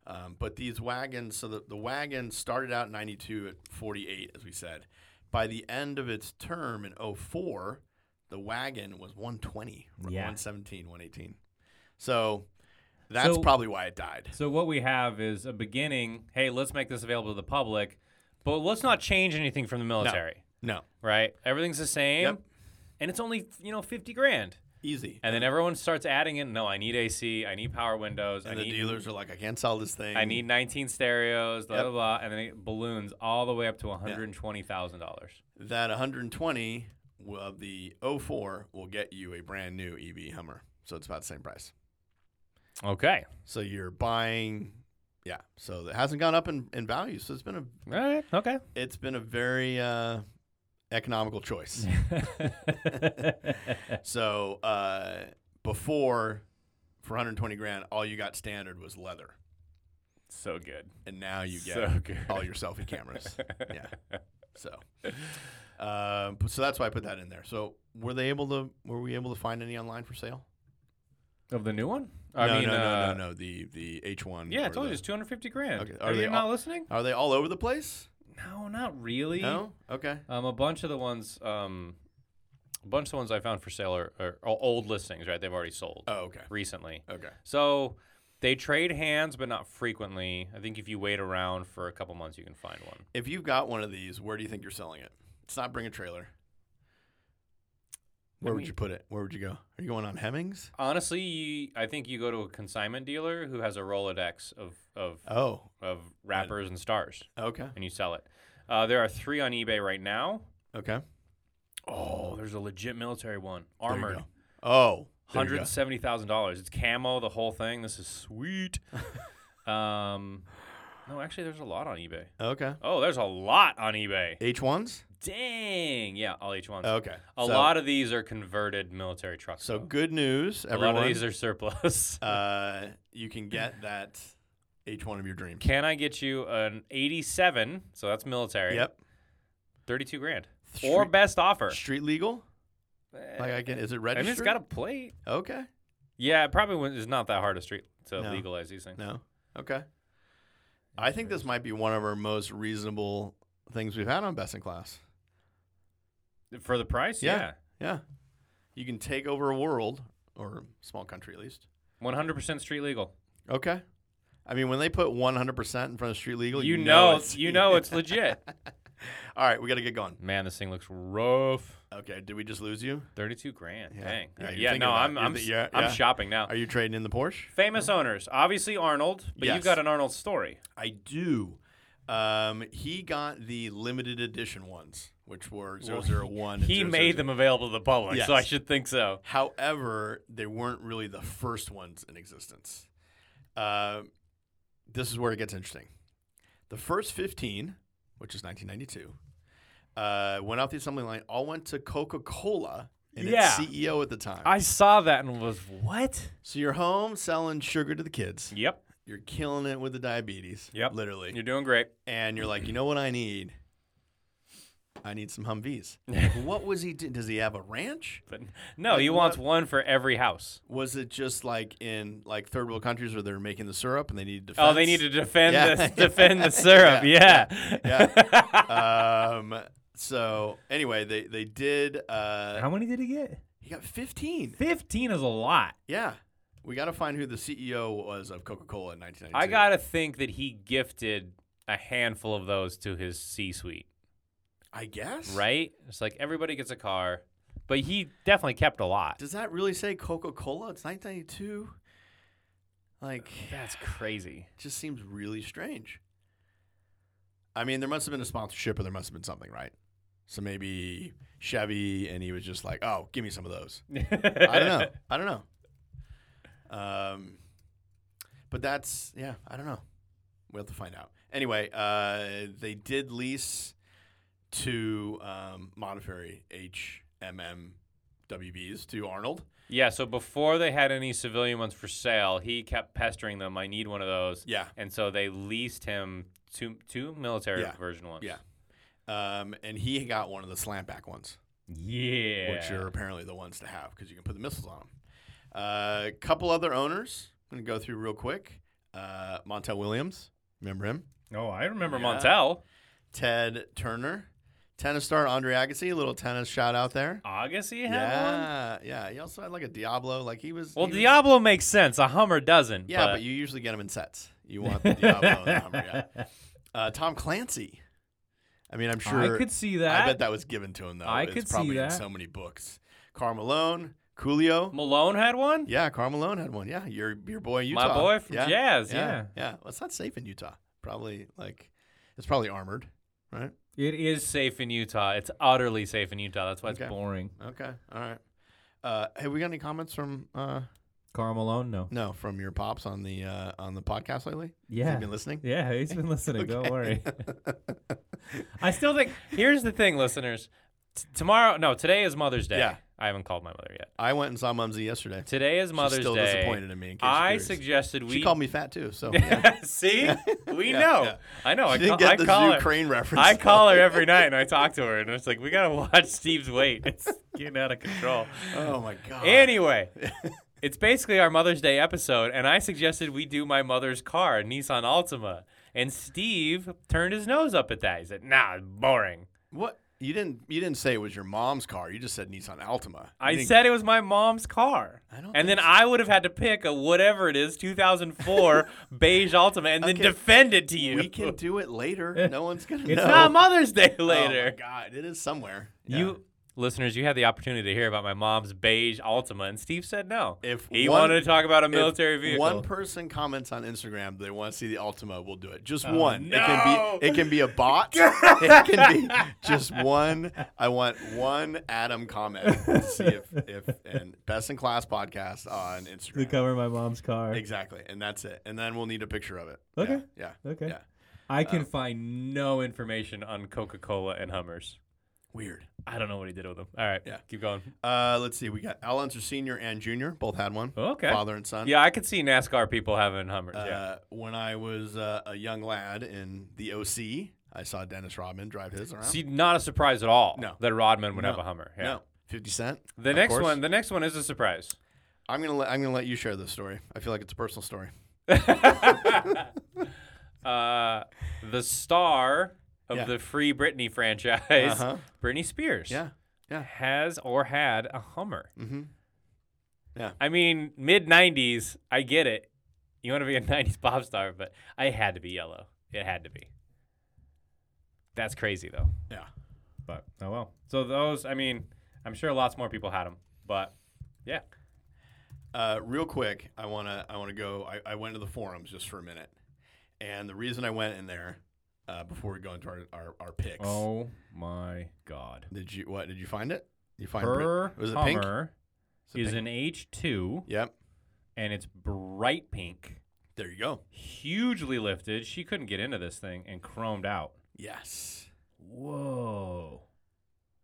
Um, but these wagons, so the, the wagon started out in 92 at 48, as we said. By the end of its term in 04, the wagon was 120, or
Yeah.
117, 118. So that's
So-
probably why it died.
So what we have is a beginning. Hey, let's make this available to the public, but let's not change anything from the military,
No,
right? Everything's the same,
Yep.
and it's only you know fifty grand.
easy.
And then everyone starts adding in. No, I need AC. I need power windows.
And
I
the
need
dealers are like, I can't sell this thing.
I need 19 stereos, blah
Yep.
blah blah, and then it balloons all the way up to 120 thousand dollars.
that 120 of the 04 will get you a brand new EV Hummer. So it's about the same price.
Okay,
So you're buying, yeah. So it hasn't gone up in, in value. So it's been a
all right, okay.
it's been a very uh, economical choice. so uh, before, for 120 grand, all you got standard was leather,
so good.
and now you get
So good.
all your selfie cameras. yeah. So, um, so that's why I put that in there. So were they able to? Were we able to find any online for sale?
Of the new one?
no,
mean,
no,
uh,
no, no, no. The the H1.
Yeah, I
or
told you
the-
it's 250 grand.
Okay,
Are,
are
you
they
not
all-
listening?
Are they all over the place?
No, not really.
No. Okay.
Um, a bunch of the ones, um, a bunch of the ones I found for sale are, are all old listings, right? They've already sold
Oh, okay.
recently.
Okay.
So they trade hands, but not frequently. I think if you wait around for a couple months, you can find one.
If you've got one of these, where do you think you're selling it? It's not bring a trailer. Where would
mean-
you put it? Where would you go? Are you going on Hemmings?
Honestly, you, I think you go to a consignment dealer who has a Rolodex of of,
Oh,
of rappers and stars,
okay.
and you sell it. Uh, there are three on eBay right now.
Okay.
Oh, there's a legit military one,
There you
armored,
go. Oh. there you go.
hundred seventy thousand dollars. It's camo, the whole thing. This is sweet. um, no, actually, there's a lot on eBay.
Okay.
Oh, there's a lot on eBay.
H1s?
Dang, yeah, all H ones.
Okay.
A
Uh, so,
lot of these are converted military trucks.
So
though.
good news,
a
everyone.
lot of these are surplus.
uh, you can get that H1 of your dreams.
Can I get you an 87? So that's military.
Yep.
32 grand.
Street-
Or best offer.
Street legal? Like I can, is it
I
registered?
mean, it's got a plate.
okay.
Yeah, it probably wouldn't- it's not that hard a street to
No.
legalize these things.
No. Okay. I think this might be one of our most reasonable things we've had on Best in Class.
For the price,
Yeah.
yeah,
Yeah. You can take over a world or small country at least.
one hundred percent street legal.
Okay. I mean, when they put 100% in front of street legal,
You,
you,
know,
it's,
you know, it's legit.
All right, we got to get going.
Man, this thing looks rough.
Okay, did we just lose you?
Thirty-two grand.
Yeah.
Dang. Uh,
Yeah,
Yeah,
you're thinking
no,
about it.
I'm
You're
I'm,
th-
s-
yeah,
I'm
yeah.
shopping now.
Are you trading in the Porsche?
Famous owners, obviously Arnold, but
Yes.
you've got an Arnold story.
I do. Um, he got the limited edition ones, which were 001.
He
and
made
000.
them available to the public, so I
Yes.
should think so.
However, they weren't really the first ones in existence. Uh, this is where it gets interesting. The first 15, which is 1992, uh, went off the assembly line, all went to Coca Cola and
Yeah.
its CEO at the time.
I saw that and was what?
so you're home selling sugar to the kids.
Yep,
You're killing it with the diabetes.
Yep.
Literally.
you're doing great.
and you're like, you know what I need? I need some Humvees. what was he? Do- Does he have a ranch?
But no, he wants one for every house.
Was it just like in like third world countries where they're making the syrup and they need defense?
Oh, they need to defend
Yeah.
the defend the syrup. Yeah.
yeah. um. So anyway, they they did. Uh,
How many did he get?
he got 15.
Fifteen is a lot.
Yeah. We got to find who the CEO was of Coca Cola in 1992.
I gotta think that he gifted a handful of those to his C-suite,
I guess.
right? It's like everybody gets a car, but he definitely kept a lot.
Does that really say Coca Cola? It's 1992. Like.
That's crazy.
just seems really strange. I mean, there must have been a sponsorship or there must have been something, right? So maybe Chevy and he was just like, "Oh, give me some of those." I don't know. I don't know. Um but that's yeah, I don't know. We'll have to find out. Anyway, uh they did lease to um Montefiore HMM WBs to Arnold.
Yeah, so before they had any civilian ones for sale, he kept pestering them, I need one of those.
Yeah.
And so they leased him two two military
Yeah.
version ones.
Yeah. Um and he got one of the slant back ones.
Yeah.
which are apparently the ones to have because you can put the missiles on them. A couple other owners. I'm going to go through real quick. Uh, Montel Williams, remember him?
Oh, I remember
Yeah.
Montel.
Ted Turner, tennis star Andre Agassi, little tennis shout out there.
Agassi had one?
Yeah, yeah. He also had like a Diablo, like he was.
Well,
he was-
Diablo makes sense. A Hummer doesn't.
Yeah, but, you usually get them in sets. You want the Diablo and the Hummer. Yeah. Uh, Tom Clancy. I mean, I'm sure.
I could see that.
I bet that was given to him though.
I
it's
could see
probably in
that.
so many books. Carl Malone, Coolio.
Malone had one?
Yeah, Carmelone had one. Yeah, your your boy in Utah.
My boy from
yeah.
Jazz,
Yeah,
yeah.
yeah. Well, it's not safe in Utah. Probably like it's probably armored, right?
It is safe in Utah. It's utterly safe in Utah. That's why it's
Okay.
Boring.
Okay, all right. Uh, have we got any comments from uh,
Carl Malone, no.
no from your pops on the uh, on the podcast lately? Has
Yeah.
he been listening?
Yeah, he's been listening. Don't worry.
I still think here's the thing, listeners. T- tomorrow, no, today is Mother's Day.
Yeah.
I haven't called my mother yet.
I went and saw Mumsy yesterday.
Today is Mother's
She's still
Day.
disappointed in me. In case you're
I
curious.
suggested we
she called me fat too. So yeah.
See, we
Yeah,
know.
yeah.
I know. I,
she didn't
ca- I
get
call
this
her.
Ukraine reference.
I
though.
call her every night and I talk to her and it's like we gotta watch Steve's weight. It's getting out of control.
Oh my god.
Anyway, it's basically our Mother's Day episode, and I suggested we do my mother's car, Nissan Altima, and Steve turned his nose up at that. He said, "Nah, boring."
what you didn't you didn't say it was your mom's car. You just said Nissan Altima. You
I
didn't-
said it was my mom's car.
I don't
and
think
then I would have had to pick a whatever it is, 2004 beige Altima, and
Okay.
then defend it to you.
we can do it later. No one's gonna
It's
know.
It's not Mother's Day
Oh my
later.
God, it is somewhere. Yeah.
You listeners, you had the opportunity to hear about my mom's beige Altima, and Steve said no.
If
he
one-
wanted to talk about a
If
military vehicle,
One person comments on Instagram they want to see the Ultima, we'll do it. Just one. It can
Oh, no.
be it can be a bot. it can be just one. I want one Adam comment to see if, if and best in class podcast on
to
Instagram.
cover my mom's car.
Exactly. And that's it. And then we'll need a picture of it.
Okay.
Yeah. yeah.
Okay.
Yeah.
I
Uh,
can
find no information on Coca Cola and Hummers.
Weird.
I don't know what he did with them. All right,
Yeah.
keep going.
Uh, let's see. We got Al Unser Sr. and Jr. both had one.
Oh, Okay.
Father and son.
Yeah, I could see NASCAR people having Hummers. yeah,
Uh, when I was uh, a young lad in the OC, I saw Dennis Rodman drive his around.
Uh, see, not a surprise at all.
No.
that Rodman would
No.
have a Hummer. Yeah.
No, Fifty Cent.
The
of
next
course.
one, the next one is a surprise.
I'm gonna let, I'm gonna let you share this story. I feel like it's a personal story.
Uh, the star of
Yeah.
the Free Britney franchise,
Uh-huh.
Britney Spears,
Yeah.
has or had a Hummer.
Mm-hmm.
I mean, mid '90s, I get it. You want to be a '90s pop star, but I had to be yellow. It had to be. That's crazy, though.
Yeah.
But oh well. So those, I mean, I'm sure lots more people had them, but yeah.
Uh, real quick, I wanna I wanna go. I, I went to the forums just for a minute, and the reason I went in there uh, before we go into our our, our picks.
Oh my God.
Did you what? Did you find it? You find
Her
Brit- was it pink?
Hummer
Is it
is
pink?
an H2,
Yep.
and it's bright pink,
There you go.
hugely lifted. She couldn't get into this thing and chromed out.
Yes.
Whoa.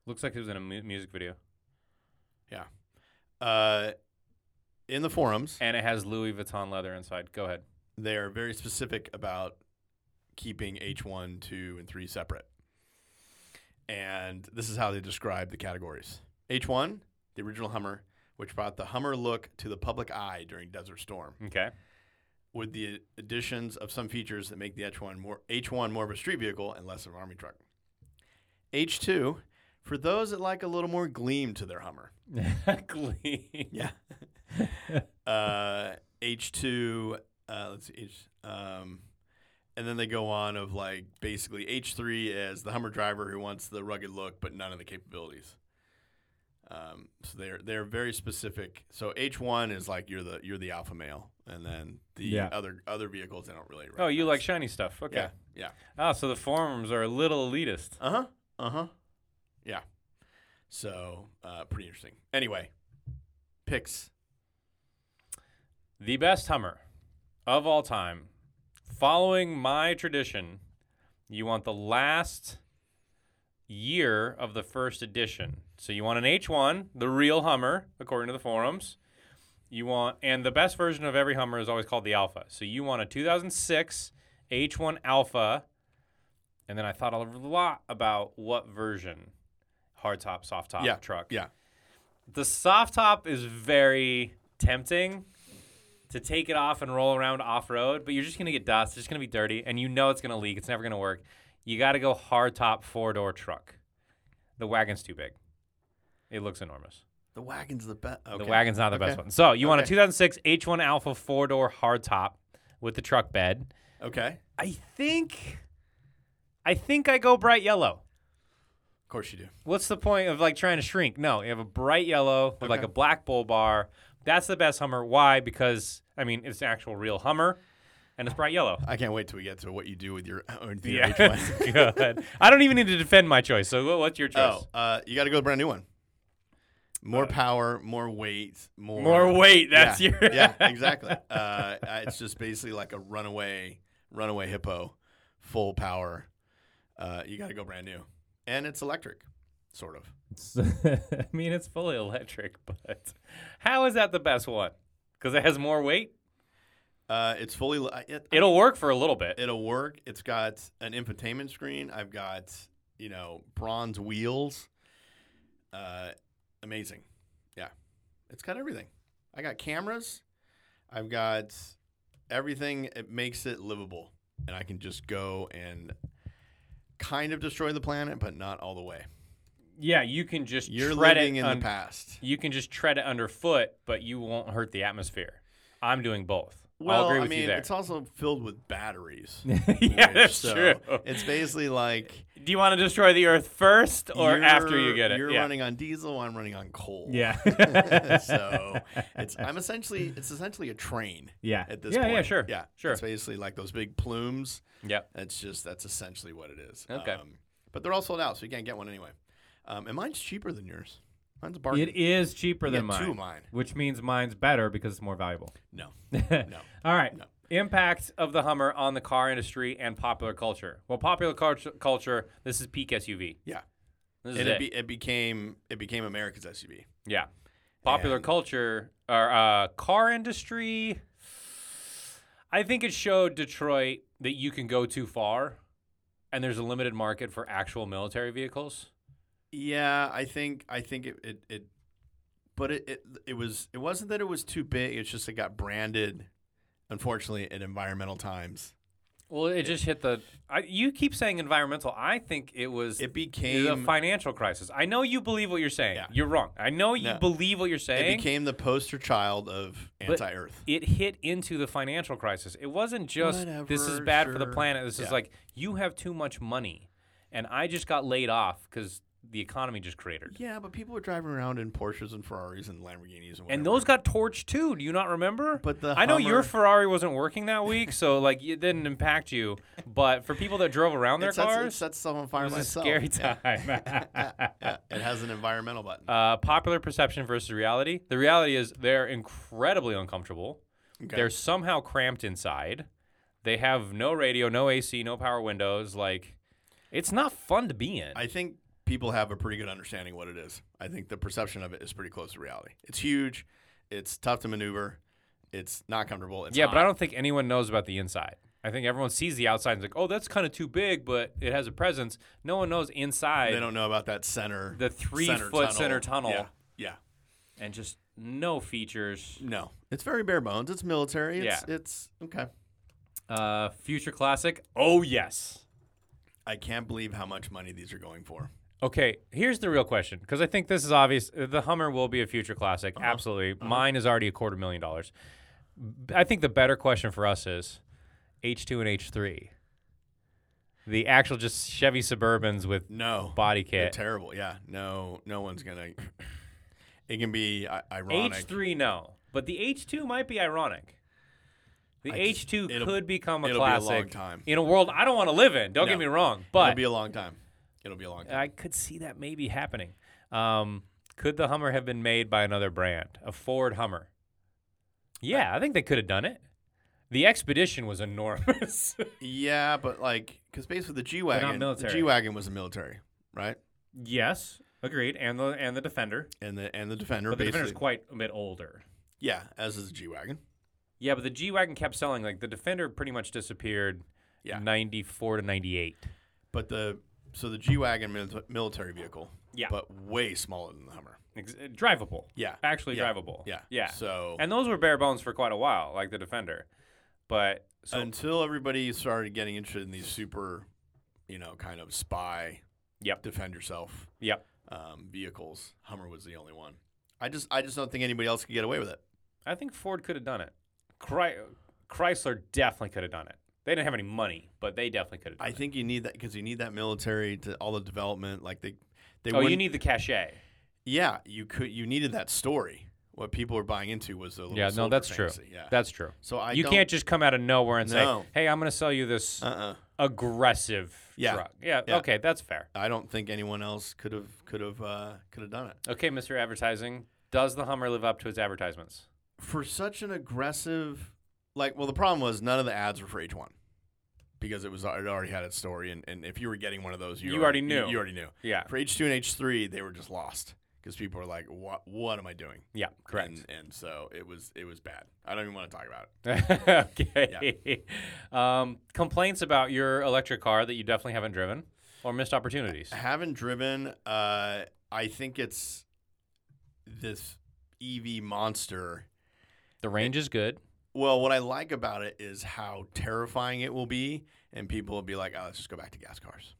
Looks like it was in a mu- music video,
Uh, in the forums,
and it has Louis Vuitton leather inside. Go ahead.
they are very specific about keeping H1, 2, and 3 separate. And this is how they describe the categories H1, the original Hummer, which brought the Hummer look to the public eye during Desert Storm,
Okay.
with the additions of some features that make the H1 more, H1 more of a street vehicle and less of an army truck. H2, for those that like a little more gleam to their Hummer.
Glee.
Yeah. uh, H2, uh, let's see, H, um, and then they go on of like basically H3 as the Hummer driver who wants the rugged look but none of the capabilities. Um, so they're they're very specific. So H1 is like you're the you're the alpha male, and then the
Yeah.
other other vehicles they don't really.
Oh, you like
recognize.
shiny stuff. Okay.
Yeah, yeah.
Oh, so the forums are a little elitist.
Uh huh. Uh huh. Yeah. So uh, pretty interesting. Anyway, picks.
The best Hummer of all time. Following my tradition, you want the last year of the first edition. So you want an H1, the real Hummer, according to the forums. You want, and the best version of every Hummer is always called the Alpha. So you want a 2006 H1 Alpha. And then I thought a lot about what version hard top, soft top
yeah.
truck.
Yeah.
The soft top is very tempting to take it off and roll around off road, but you're just gonna get dust. It's just gonna be dirty, and you know it's gonna leak. It's never gonna work. You got to go hard top four door truck. The wagon's too big. It looks enormous.
The wagon's the best.
The wagon's not the best
Okay.
one. So you want a
Okay.
2006 H1 Alpha four door hard top with the truck bed.
Okay.
I think, I think I go bright yellow.
Of course you do.
What's the point of like trying to shrink? No, you have a bright yellow with like
Okay.
a black bull bar. That's the best Hummer. Why? Because I mean, it's an actual real Hummer, and it's bright yellow.
I can't wait till we get to what you do with your own theater.
Yeah,
H1.
it's good. I don't even need to defend my choice. So what- what's your choice?
Oh, uh, you got to go brand new one. More power, more weight, more
Uh, More weight.
Yeah,
That's your
yeah, exactly. Uh, uh, it's just basically like a runaway, runaway hippo, full power. Uh, you got to go brand new, and it's electric, sort of.
It's- I
I
mean,
mean, it's fully electric, but how is that the best one? Because it has more weight.
Uh, it's fully. le- It,
It'll work for a little bit.
it'll work. It's got an infotainment screen. I've got you know bronze wheels. Uh, amazing, yeah. It's got everything. I got cameras. I've got everything. It makes it livable, and I can just go and kind of destroy the planet, but not all the way.
yeah, you can just
You're
tread
living
it
in
un-
the past.
You can just tread it underfoot, but you won't hurt the atmosphere. I'm doing both.
Well,
I'll agree
I
with
mean,
you there.
it's also filled with batteries.
yeah,
which-
that's
so
true.
It's basically like
Do you want to destroy the Earth first or after you
you're-
get it?
You're
yeah.
running on diesel. I'm running on coal.
yeah.
so it's I'm essentially it's essentially a train
yeah.
at this
Yeah,
point.
yeah, sure,
Yeah,
sure.
It's basically like those big plumes.
Yep.
That's just that's essentially what it is.
Okay.
Um, but they're all sold out, so you can't get one anyway. Um, and mine's cheaper than yours. Mine's a bargain.
It is cheaper
You
than
get
mine,
two of mine.
which means mine's better because it's more valuable.
No,
no.
no.
All right.
No.
Impact of the Hummer on the car industry and popular culture. Well, popular culture, culture this is peak SUV.
Yeah.
This is
And
it.
it, be, it became it became America's SUV.
yeah. Popular
and-
culture or uh, car industry. I think it showed Detroit that you can go too far and there's a limited market for actual military vehicles.
Yeah, I think I think it it, it but it, it it was it wasn't that it was too big. It's just it got branded, unfortunately, in Environmental Times.
Well, it just hit the. I, you keep saying environmental. I think it was
It
the
became
financial crisis. I know you believe what you're saying.
Yeah.
You're wrong. I know you
No.
believe what you're
it
saying.
became the poster child of
But-
anti-Earth.
it hit into the financial crisis. It wasn't just this is
Whatever,
bad for the
sure.
planet. This is
Yeah.
like you have too much money, and I just got laid off because the economy just cratered.
Yeah, but people were driving around in Porsches and Ferraris and Lamborghinis and whatever.
And those got torched too. Do you not remember?
But the
I know your
Hummer-
Ferrari wasn't working that week, so like it didn't impact you. But for people that drove around their
it sets,
cars,
it sets stuff on fire
it was a
myself.
scary
Yeah,
time.
yeah, it has an environmental button.
Uh, popular perception versus reality. The reality is they're incredibly uncomfortable.
Okay.
They're somehow cramped inside. They have no radio, no AC, no power windows. Like, it's not fun to be in.
I think people have a pretty good understanding what it is. I think the perception of it is pretty close to reality. It's huge. It's tough to maneuver. It's not comfortable. It's
yeah, but I
hot.
don't think anyone knows about the inside. I think everyone sees the outside and is like, oh, that's kind of too big, but it has a presence. No one knows inside
They don't know about that center.
the three
center
foot center tunnel
Yeah. yeah.
and just no features.
No. It's very bare bones. It's military. It's, It's okay.
Uh, future classic. Oh, yes.
I can't believe how much money these are going for.
Okay, here's the real question because I think this is obvious. Uh, The Hummer will be a future classic,
Uh-huh.
absolutely. Mine is already a quarter million dollars. B- I think the better question for us is H2 and H3. The actual just Chevy Suburbans with
No.
body
They're
kit.
terrible. Yeah. No. No one's gonna. It can be i- ironic.
H3 no, but the H2 might be ironic. The
I just-
H2
it'll-
could become a
it'll be a long
classic
time.
in a world I don't want to live in. Don't get
No.
me wrong,
It'll
but
be a long time. It'll be a long time.
I could see that maybe happening. Um, could the Hummer have been made by another brand, a Ford Hummer? Yeah, I think they could have done it. The Expedition was enormous.
Yeah, but like, because basically the G wagon, the
military.
G wagon was a military, right?
Yes, agreed. And the and the defender,
And the and the Defender,
but the
basically,
defender's quite a bit older.
yeah, as is the G wagon.
yeah, but the G wagon kept selling. Like the Defender pretty much disappeared.
Yeah.
ninety four to ninety eight.
But the so the G wagon mil- military vehicle,
Yeah.
but way smaller than the Hummer.
Ex- uh, drivable.
Yeah,
Actually
Yeah.
drivable.
yeah,
Yeah.
So
and those were bare bones for quite a while, like the Defender. But so
until everybody started getting interested in these super, you know, kind of spy,
Yep.
defend yourself
yep,
um, vehicles, Hummer was the only one. I just I just don't think anybody else could get away with it.
I think Ford could have done it. Chry- Chrysler definitely could have done it. They didn't have any money, but they definitely could have done
I
it.
think you need that because you need that military to all the development. Like they, they
Oh, you
wouldn't-
need the cachet.
Yeah, you could. You needed that story. What people were buying into was the little
Yeah, no,
soldier
that's true.
fantasy, Yeah,
That's true.
so I
you
don't-
can't just come out of nowhere and
No.
say, "Hey, I'm going to sell you this
Uh-uh.
aggressive
Yeah.
drug." Yeah,
Yeah.
Okay, that's fair.
I don't think anyone else could have could have uh, could have done it
Okay, Mr. Advertising, does the Hummer live up to its advertisements?
for such an aggressive. Like, well, the problem was none of the ads were for H one because it was it already had its story, and, and if you were getting one of those, you,
You already knew.
You, already knew.
Yeah.
For H two and H three, they were just lost because people were like, "What? What am I doing?"
Yeah, correct.
And, and so it was it was bad. I don't even want to talk about it.
okay. Um, complaints about your electric car that you definitely haven't driven or missed opportunities.
haven't driven. Uh, I think it's this EV monster.
The range is good.
Well, what I like about it is how terrifying it will be, and people will be like, "Oh, let's just go back to gas cars."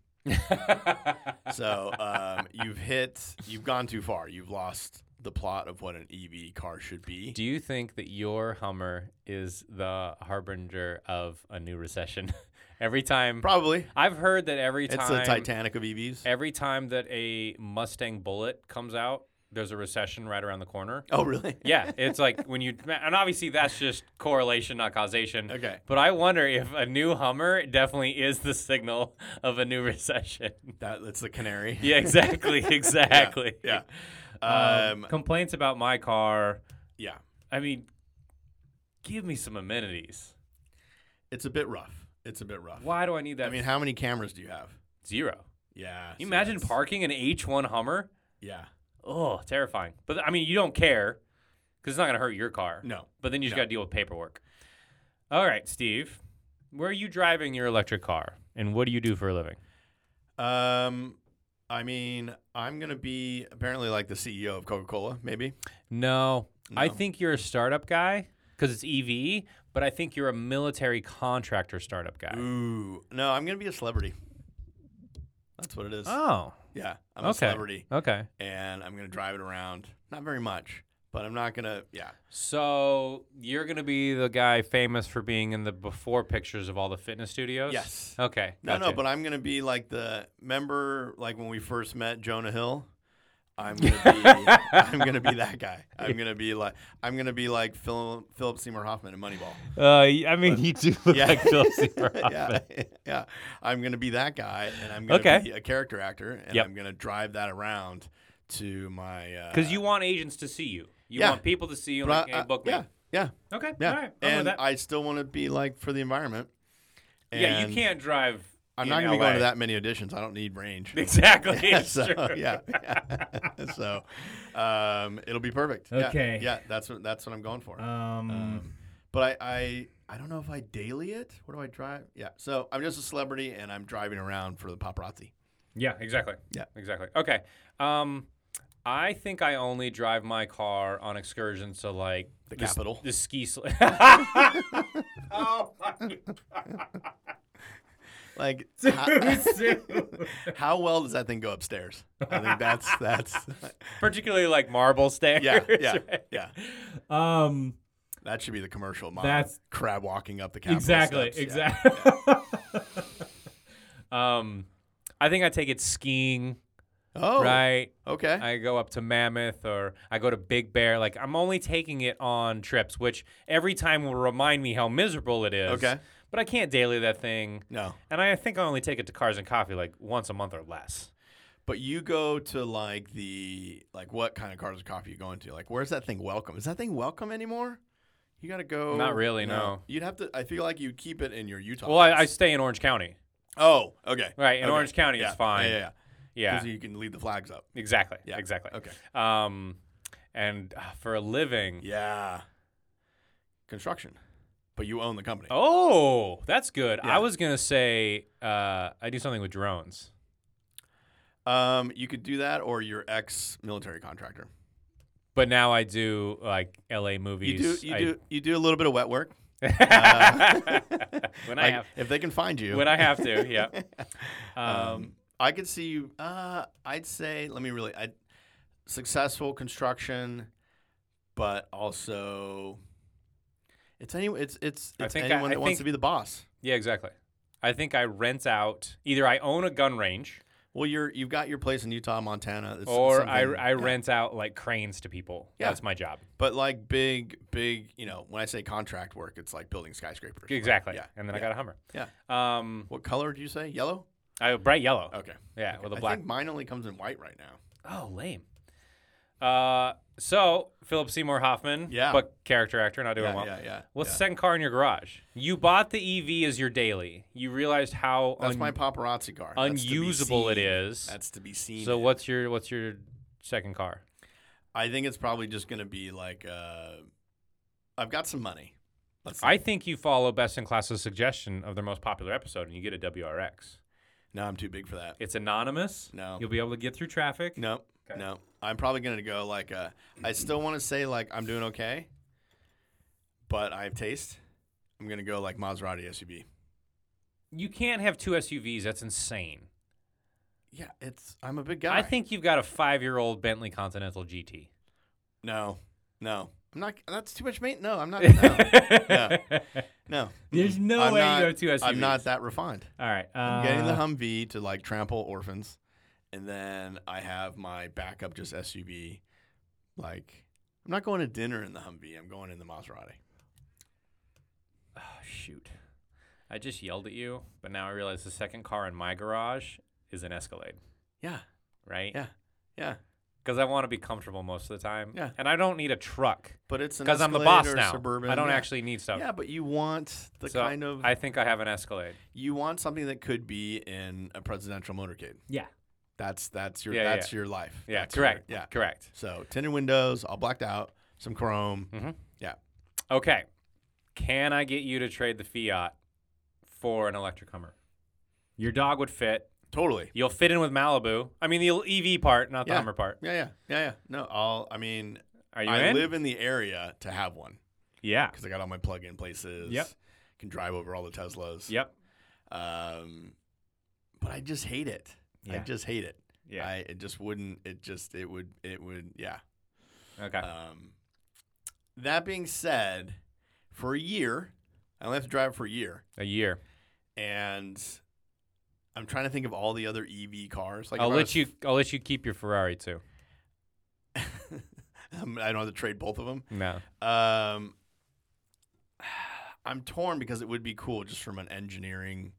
So um, you've hit, you've gone too far. You've lost the plot of what an EV car should be.
Do you think that your Hummer is the harbinger of a new recession? every time
Probably,
I've heard that every
it's
time
the Titanic of E EVs.
every time that a Mustang Bullet comes out, there's a recession right around the corner.
Oh, really?
Yeah, it's like when you and obviously that's just correlation, not causation.
Okay.
But I wonder if a new Hummer definitely is the signal of a new recession.
That that's the canary.
yeah, exactly, exactly.
yeah,
Um,
um,
complaints about my car.
yeah.
I mean, give me some amenities.
It's a bit rough. It's a bit rough.
Why do I need that?
I mean, how many cameras do you have?
zero. Can
Yeah.
you
so
imagine
that's-
parking an H1 Hummer?
Yeah.
Oh, terrifying. But I mean, you don't care because it's not going to hurt your car.
No.
But then you just
No.
got to deal with paperwork. All right, Steve, where are you driving your electric car, and what do you do for a living?
Um, I mean, I'm gonna be apparently like the CEO of Coca-Cola, maybe.
No, I
No.
think you're a startup guy because it's EV, but I think you're a military contractor startup guy.
Ooh, no, I'm gonna be a celebrity. That's what it is.
Oh,
yeah, I'm a
okay.
celebrity,
Okay.
and I'm gonna drive it around. Not very much, but I'm not gonna. Yeah,
So you're gonna be the guy famous for being in the before pictures of all the fitness studios.
Yes.
Okay.
no, no,
gotcha.
but I'm gonna be like the member, like when we first met Jonah Hill. I'm gonna be, I'm gonna be that guy. I'm gonna be like, I'm gonna be like Phil, Philip Seymour Hoffman in Moneyball.
Uh, y- I mean, you do look
Yeah.
like Philip Seymour
yeah,
Hoffman.
yeah. I'm gonna be that guy, and I'm gonna
Okay.
be a character actor, and
Yep.
I'm gonna drive that around to my.
Because you want agents to see you. You
uh, Yeah.
want people to see you.
but
Like,
I-
hey,
I-
book me.
yeah, yeah,
Okay.
yeah.
All right. I'm with
and
that.
I still want to be like for the environment.
yeah. You
And
can't drive.
I'm
in
not gonna be
LA.
going to that many auditions. I don't need range.
Exactly. it's
so
true.
yeah, yeah. so um, it'll be perfect. Yeah,
Okay.
Yeah, that's what that's what I'm going for.
Uh,
um,
Um, but I, I I don't know if I daily it. What do I drive? Yeah. So I'm just a celebrity and I'm driving around for the paparazzi.
Yeah.
Exactly.
Yeah.
Exactly. Okay. Um, I think I only drive my car on excursions to like
The
s-
capital.
the ski. Sl-
Oh my
Like how,
God.
how well does that thing go upstairs? I think that's that's
particularly like marble stairs.
yeah yeah
right?
yeah.
um.
That should be the commercial. Mom.
That's-
crab walking up the Capitol
Exactly.
steps. Yeah.
Exactly.
Um, I think I take it skiing.
Oh
Right.
okay.
I go up to Mammoth or I go to Big Bear. Like I'm only taking it on trips, which every time will remind me how miserable it is.
Okay.
But I can't daily that thing.
no,
And I think I only take it to Cars and Coffee like once a month or less.
but you go to like the like what kind of cars of coffee you going to? Like where's that thing welcome? Is that thing welcome anymore? You gotta go.
Not really, no.
You'd have to. I feel like you'd keep it in your Utah.
Well, I, I
house.
stay in Orange County.
oh okay
Right, in
Oh, Okay.
Orange County,
yeah.
it's fine.
Yeah, yeah,
Yeah.
Because you can lead the flags up.
exactly.
Yeah.
Exactly.
Okay.
Um, and uh, for a living.
Yeah. Construction, but you own the company.
Oh, that's good.
Yeah.
I was gonna say uh, I do something with drones.
Um, you could do that, or your ex-military contractor.
But now I do like LA
You
movies.
do, you
I-
do, you do a little bit of wet work. Uh,
when I
Like,
have
if they can find you.
when I have to, yeah. Um,
um, I could see you. Uh, I'd say, let me really, I successful construction, but also, it's any, it's it's,
I
it's
think I-
anyone
I
that wants
think-
to be the boss.
yeah, exactly. I think I rent out either I own a gun range
Well, you're you've got your place in Utah, Montana, it's
or I,
something-
I
yeah.
rent out like cranes to people.
Yeah.
That's my job.
But like big, big, you know, when I say contract work, it's like building skyscrapers. right?
Exactly.
Yeah.
And then I
yeah.
got a Hummer.
Yeah.
Um,
What color do you say? Yellow?
I bright yellow.
Okay.
Yeah, with a
I
black.
think mine only comes in white right now.
Oh, lame. Uh, so Philip Seymour Hoffman,
Yeah.
but character actor, not doing
Yeah,
well.
yeah, yeah.
What's
yeah.
the second car in your garage? You bought the EV as your daily. You realized how
That's
un-
my paparazzi car. That's to be
unusable it
seen.
is.
That's to be seen.
so what's your what's your second car?
I think it's probably just going to be like, uh, I've got some money. Let's see.
I think you follow Best in Class's suggestion of their most popular episode, and you get a WRX.
no, I'm too big for that.
It's anonymous.
No.
You'll be able to get through traffic.
No, no. I'm probably going to go like, uh, I still want to say like I'm doing okay, but I have taste. I'm going to go like Maserati SUV.
You can't have two SUVs. That's insane.
Yeah, it's I'm a big guy.
I think you've got a five-year-old Bentley Continental GT.
no, no, I'm not. That's too much mate. No, I'm not. No, no, no.
There's no
I'm
way
not-
you have two SUVs.
I'm not that refined.
All right. Uh,
I'm getting the Humvee to like trample orphans, and then I have my backup just SUV. Like, I'm not going to dinner in the Humvee. I'm going in the Maserati.
Oh, shoot. I just yelled at you, but now I realize the second car in my garage is an Escalade,
Yeah,
right?
Yeah. yeah.
Because I want to be comfortable most of the time.
Yeah.
And I don't need a truck
But it's
because I'm the boss now.
Suburban.
I don't
yeah.
actually need stuff.
Yeah, but you want the
So
kind of
I think I have an Escalade.
you want something that could be in a presidential motorcade.
Yeah.
That's that's your
Yeah, yeah.
that's your life.
Yeah,
That's your-
correct.
yeah.
correct.
So tinted windows, all blacked out, some chrome.
Okay. Can I get you to trade the Fiat for an electric Hummer? Your dog would fit.
Totally.
You'll fit in with Malibu. I mean, the EV part, not the
Yeah.
Hummer part.
Yeah, yeah, yeah, yeah. No, I'll. I mean,
Are you
I
in?
live in the area to have one
yeah.
because I got all my plug-in places.
Yep.
Can drive over all the Teslas.
Yep.
Um, but I just hate it. I
Yeah.
just hate it.
Yeah.
I it just wouldn't. It just it would it would yeah.
okay.
Um, that being said, for a year, I only have to drive it for a year,
a year.
and I'm trying to think of all the other EV cars. Like
I'll
if I
let
was-
you. I'll let you keep your Ferrari too.
I'm- Um, I don't have to trade both of them.
No.
Um, I'm torn because it would be cool just from an engineering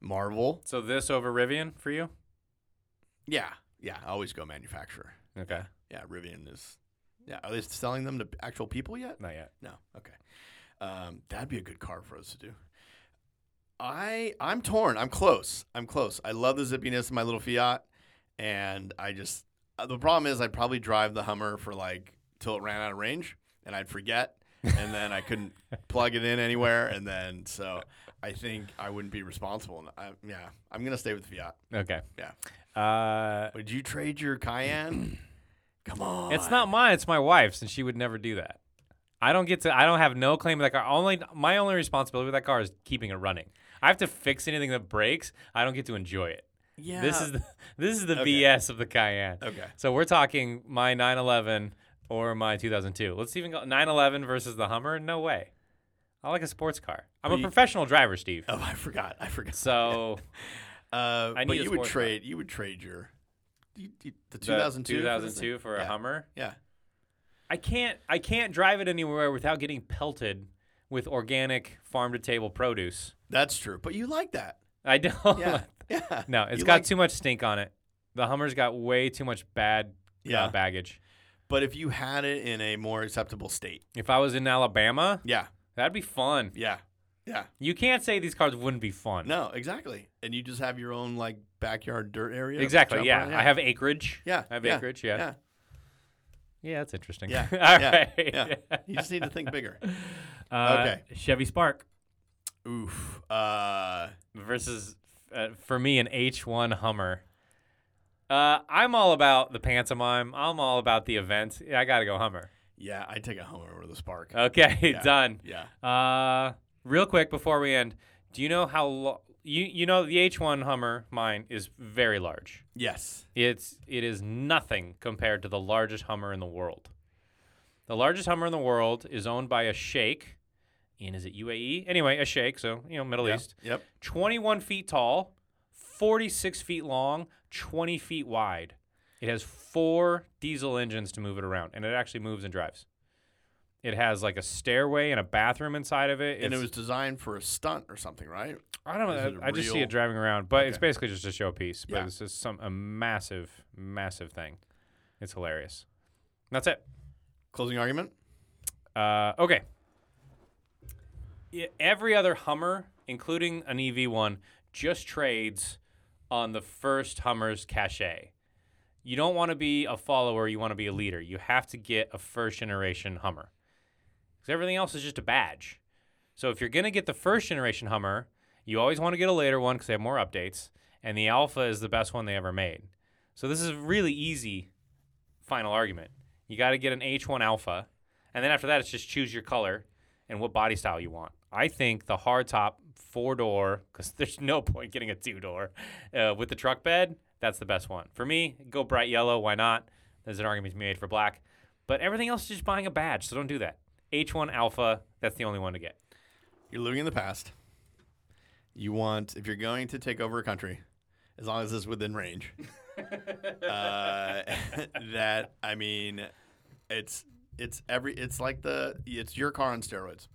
marvel.
So this over Rivian for you?
Yeah, yeah. I always go manufacturer.
Okay.
Yeah, Rivian is. Yeah, are they selling them to actual people yet?
Not yet.
No. Okay. Um, that'd be a good car for us to do. I I'm torn. I'm close. I'm close. I love the zippiness of my little Fiat, and I just uh, the problem is I'd probably drive the Hummer for like till it ran out of range, and I'd forget, and then I couldn't plug it in anywhere, and then so I think I wouldn't be responsible. And I, yeah, I'm gonna stay with the Fiat.
Okay.
Yeah.
Uh,
Would you trade your Cayenne? Come on.
it's not mine. It's my wife's, and she would never do that. I don't get to. I don't have no claim to that car. Only my only responsibility with that car is keeping it running. I have to fix anything that breaks. I don't get to enjoy it.
Yeah.
This is the this is the
Okay.
BS of the Cayenne.
okay.
So we're talking my 911 or my 2002. Let's even go 911 versus the Hummer. No way. I like a sports car. I'm a
you-
professional driver, Steve.
Oh, I forgot. I forgot.
So
Uh,
I
but
need a
you would
sports car.
trade. You would trade your you- you- the
the
2002. for this
2002
thing?
for a
Yeah.
Hummer.
Yeah.
I can't I can't drive it anywhere without getting pelted with organic farm to table produce.
that's true. But you like that.
I don't.
Yeah, yeah.
No, it's
You
got
like-
too much stink on it. The Hummer's got way too much bad uh,
Yeah.
baggage.
But if you had it in a more acceptable state,
If I was in Alabama,
yeah,
that'd be fun.
yeah, yeah.
You can't say these cars wouldn't be fun.
No, exactly. And you just have your own like backyard dirt area. to
Exactly.
jump
Yeah.
around.
I have acreage.
Yeah,
I have
yeah,
acreage. Yeah. yeah.
yeah.
that's interesting.
Yeah,
All
yeah,
right.
yeah. You just need to think bigger.
Uh,
Okay.
Chevy Spark.
Oof. Uh,
Versus, uh, for me, an H1 Hummer. Uh, I'm all about the pantomime. I'm all about the event. Yeah, I gotta go Hummer.
yeah, I take a Hummer over the Spark.
Okay,
Yeah.
done.
yeah.
Uh, real quick before we end, do you know how lo- you you know the H1 Hummer mine is very large.
Yes.
It's it is nothing compared to the largest Hummer in the world. The largest Hummer in the world is owned by a sheikh, and is it UAE? Anyway, a sheikh, so you know Middle East.
Yep.
21 feet tall, 46 feet long, 20 feet wide. It has four diesel engines to move it around, and it actually moves and drives. It has like a stairway and a bathroom inside of it.
And it
It's-
was designed for a stunt or something, right?
I don't
is
know.
it
I just see
real?
it driving around, but it's basically just a showpiece. But
Yeah.
it's just some a massive, massive thing. It's hilarious. That's it.
Closing argument.
Uh, okay. I- Every other Hummer, including an EV one, just trades on the first Hummer's cachet. You don't want to be a follower, you want to be a leader. You have to get a first generation Hummer. Because everything else is just a badge. So if you're going to get the first generation Hummer, you always want to get a later one because they have more updates. And the Alpha is the best one they ever made. So this is a really easy final argument. You got to get an H1 Alpha. And then after that, it's just choose your color and what body style you want. I think the hardtop four door, because there's no point getting a two door uh, with the truck bed, that's the best one. For me, go bright yellow. Why not? There's an argument to be made for black. But everything else is just buying a badge, so don't do that. H1 Alpha, that's the only one to get.
You're living in the past. You want, if you're going to take over a country, as long as it's within range, uh, that I mean, it's it's every it's like the it's your car on steroids.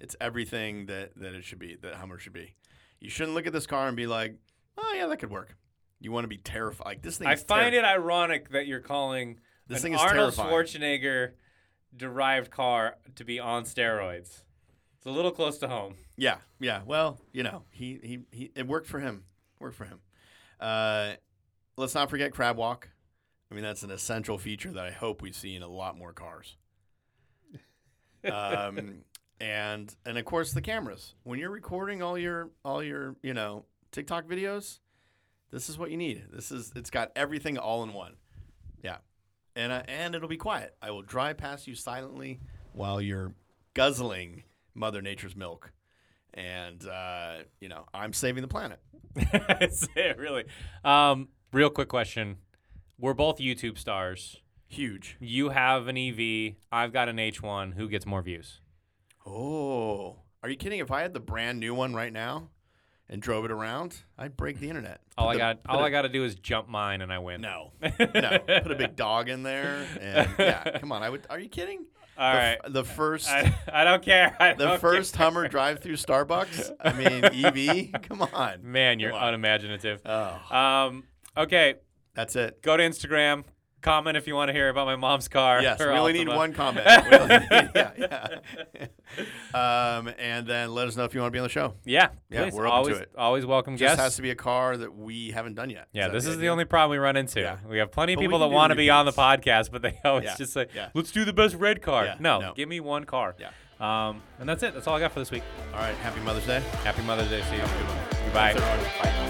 It's everything that that it should be that Hummer should be. You shouldn't look at this car and be like, oh yeah, that could work. You want to be terrified. Like this thing.
I
is
find
terri-
it ironic that you're calling
This
an
thing is
Arnold
terrifying.
Schwarzenegger derived car to be on steroids. It's a little close to home.
Yeah, yeah. Well, you know, he he, he it worked for him. Worked for him. Uh, let's not forget crab walk. I mean, that's an essential feature that I hope we see in a lot more cars. Um, and and of course the cameras. When you're recording all your all your you know TikTok videos, This is what you need. This is it's got everything all in one. Yeah, and I, and it'll be quiet. I will drive past you silently while you're guzzling Mother Nature's milk, and uh, you know I'm saving the planet.
That's it, really. Um, real quick question. We're both YouTube stars.
Huge.
You have an EV. I've got an H1. Who gets more views?
Oh, are you kidding? If I had the brand new one right now and drove it around, I'd break the internet.
All
Put
I
the-
got,
put
all
a-
I got to do is jump mine, and I win.
No, no. Put a big dog in there, and yeah, come on. I would. Are you kidding?
All
the,
right.
f- the first.
I, I don't care. I
the
don't
first
care.
Hummer drive through Starbucks. I mean, EV. Come on.
Man, you're
Come on.
unimaginative.
Oh,
Um, okay,
that's it.
go to Instagram. Comment if you want to hear about my mom's car.
Yes, we
or
only need
Altima.
one comment. We only need- yeah, yeah. Um, and then let us know if you want to be on the show.
Yeah,
Yeah,
please,
we're open to
always,
it.
Always welcome
Just
guests.
has to be a car that we haven't done yet.
yeah,
that
this is the
idea?
only problem we run into.
Yeah.
We have plenty of
But we
people
can
that
do
want to be on the
reviews.
podcast, but they always
Yeah,
just say,
yeah.
"Let's do the best red car."
Yeah,
no,
no.
give me one car.
Yeah.
Um, and that's it. That's all I got for this week.
All right. Happy Mother's Day.
Happy Mother's Day to you.
Have a good one.
Bye.
Thanks, everyone. Bye.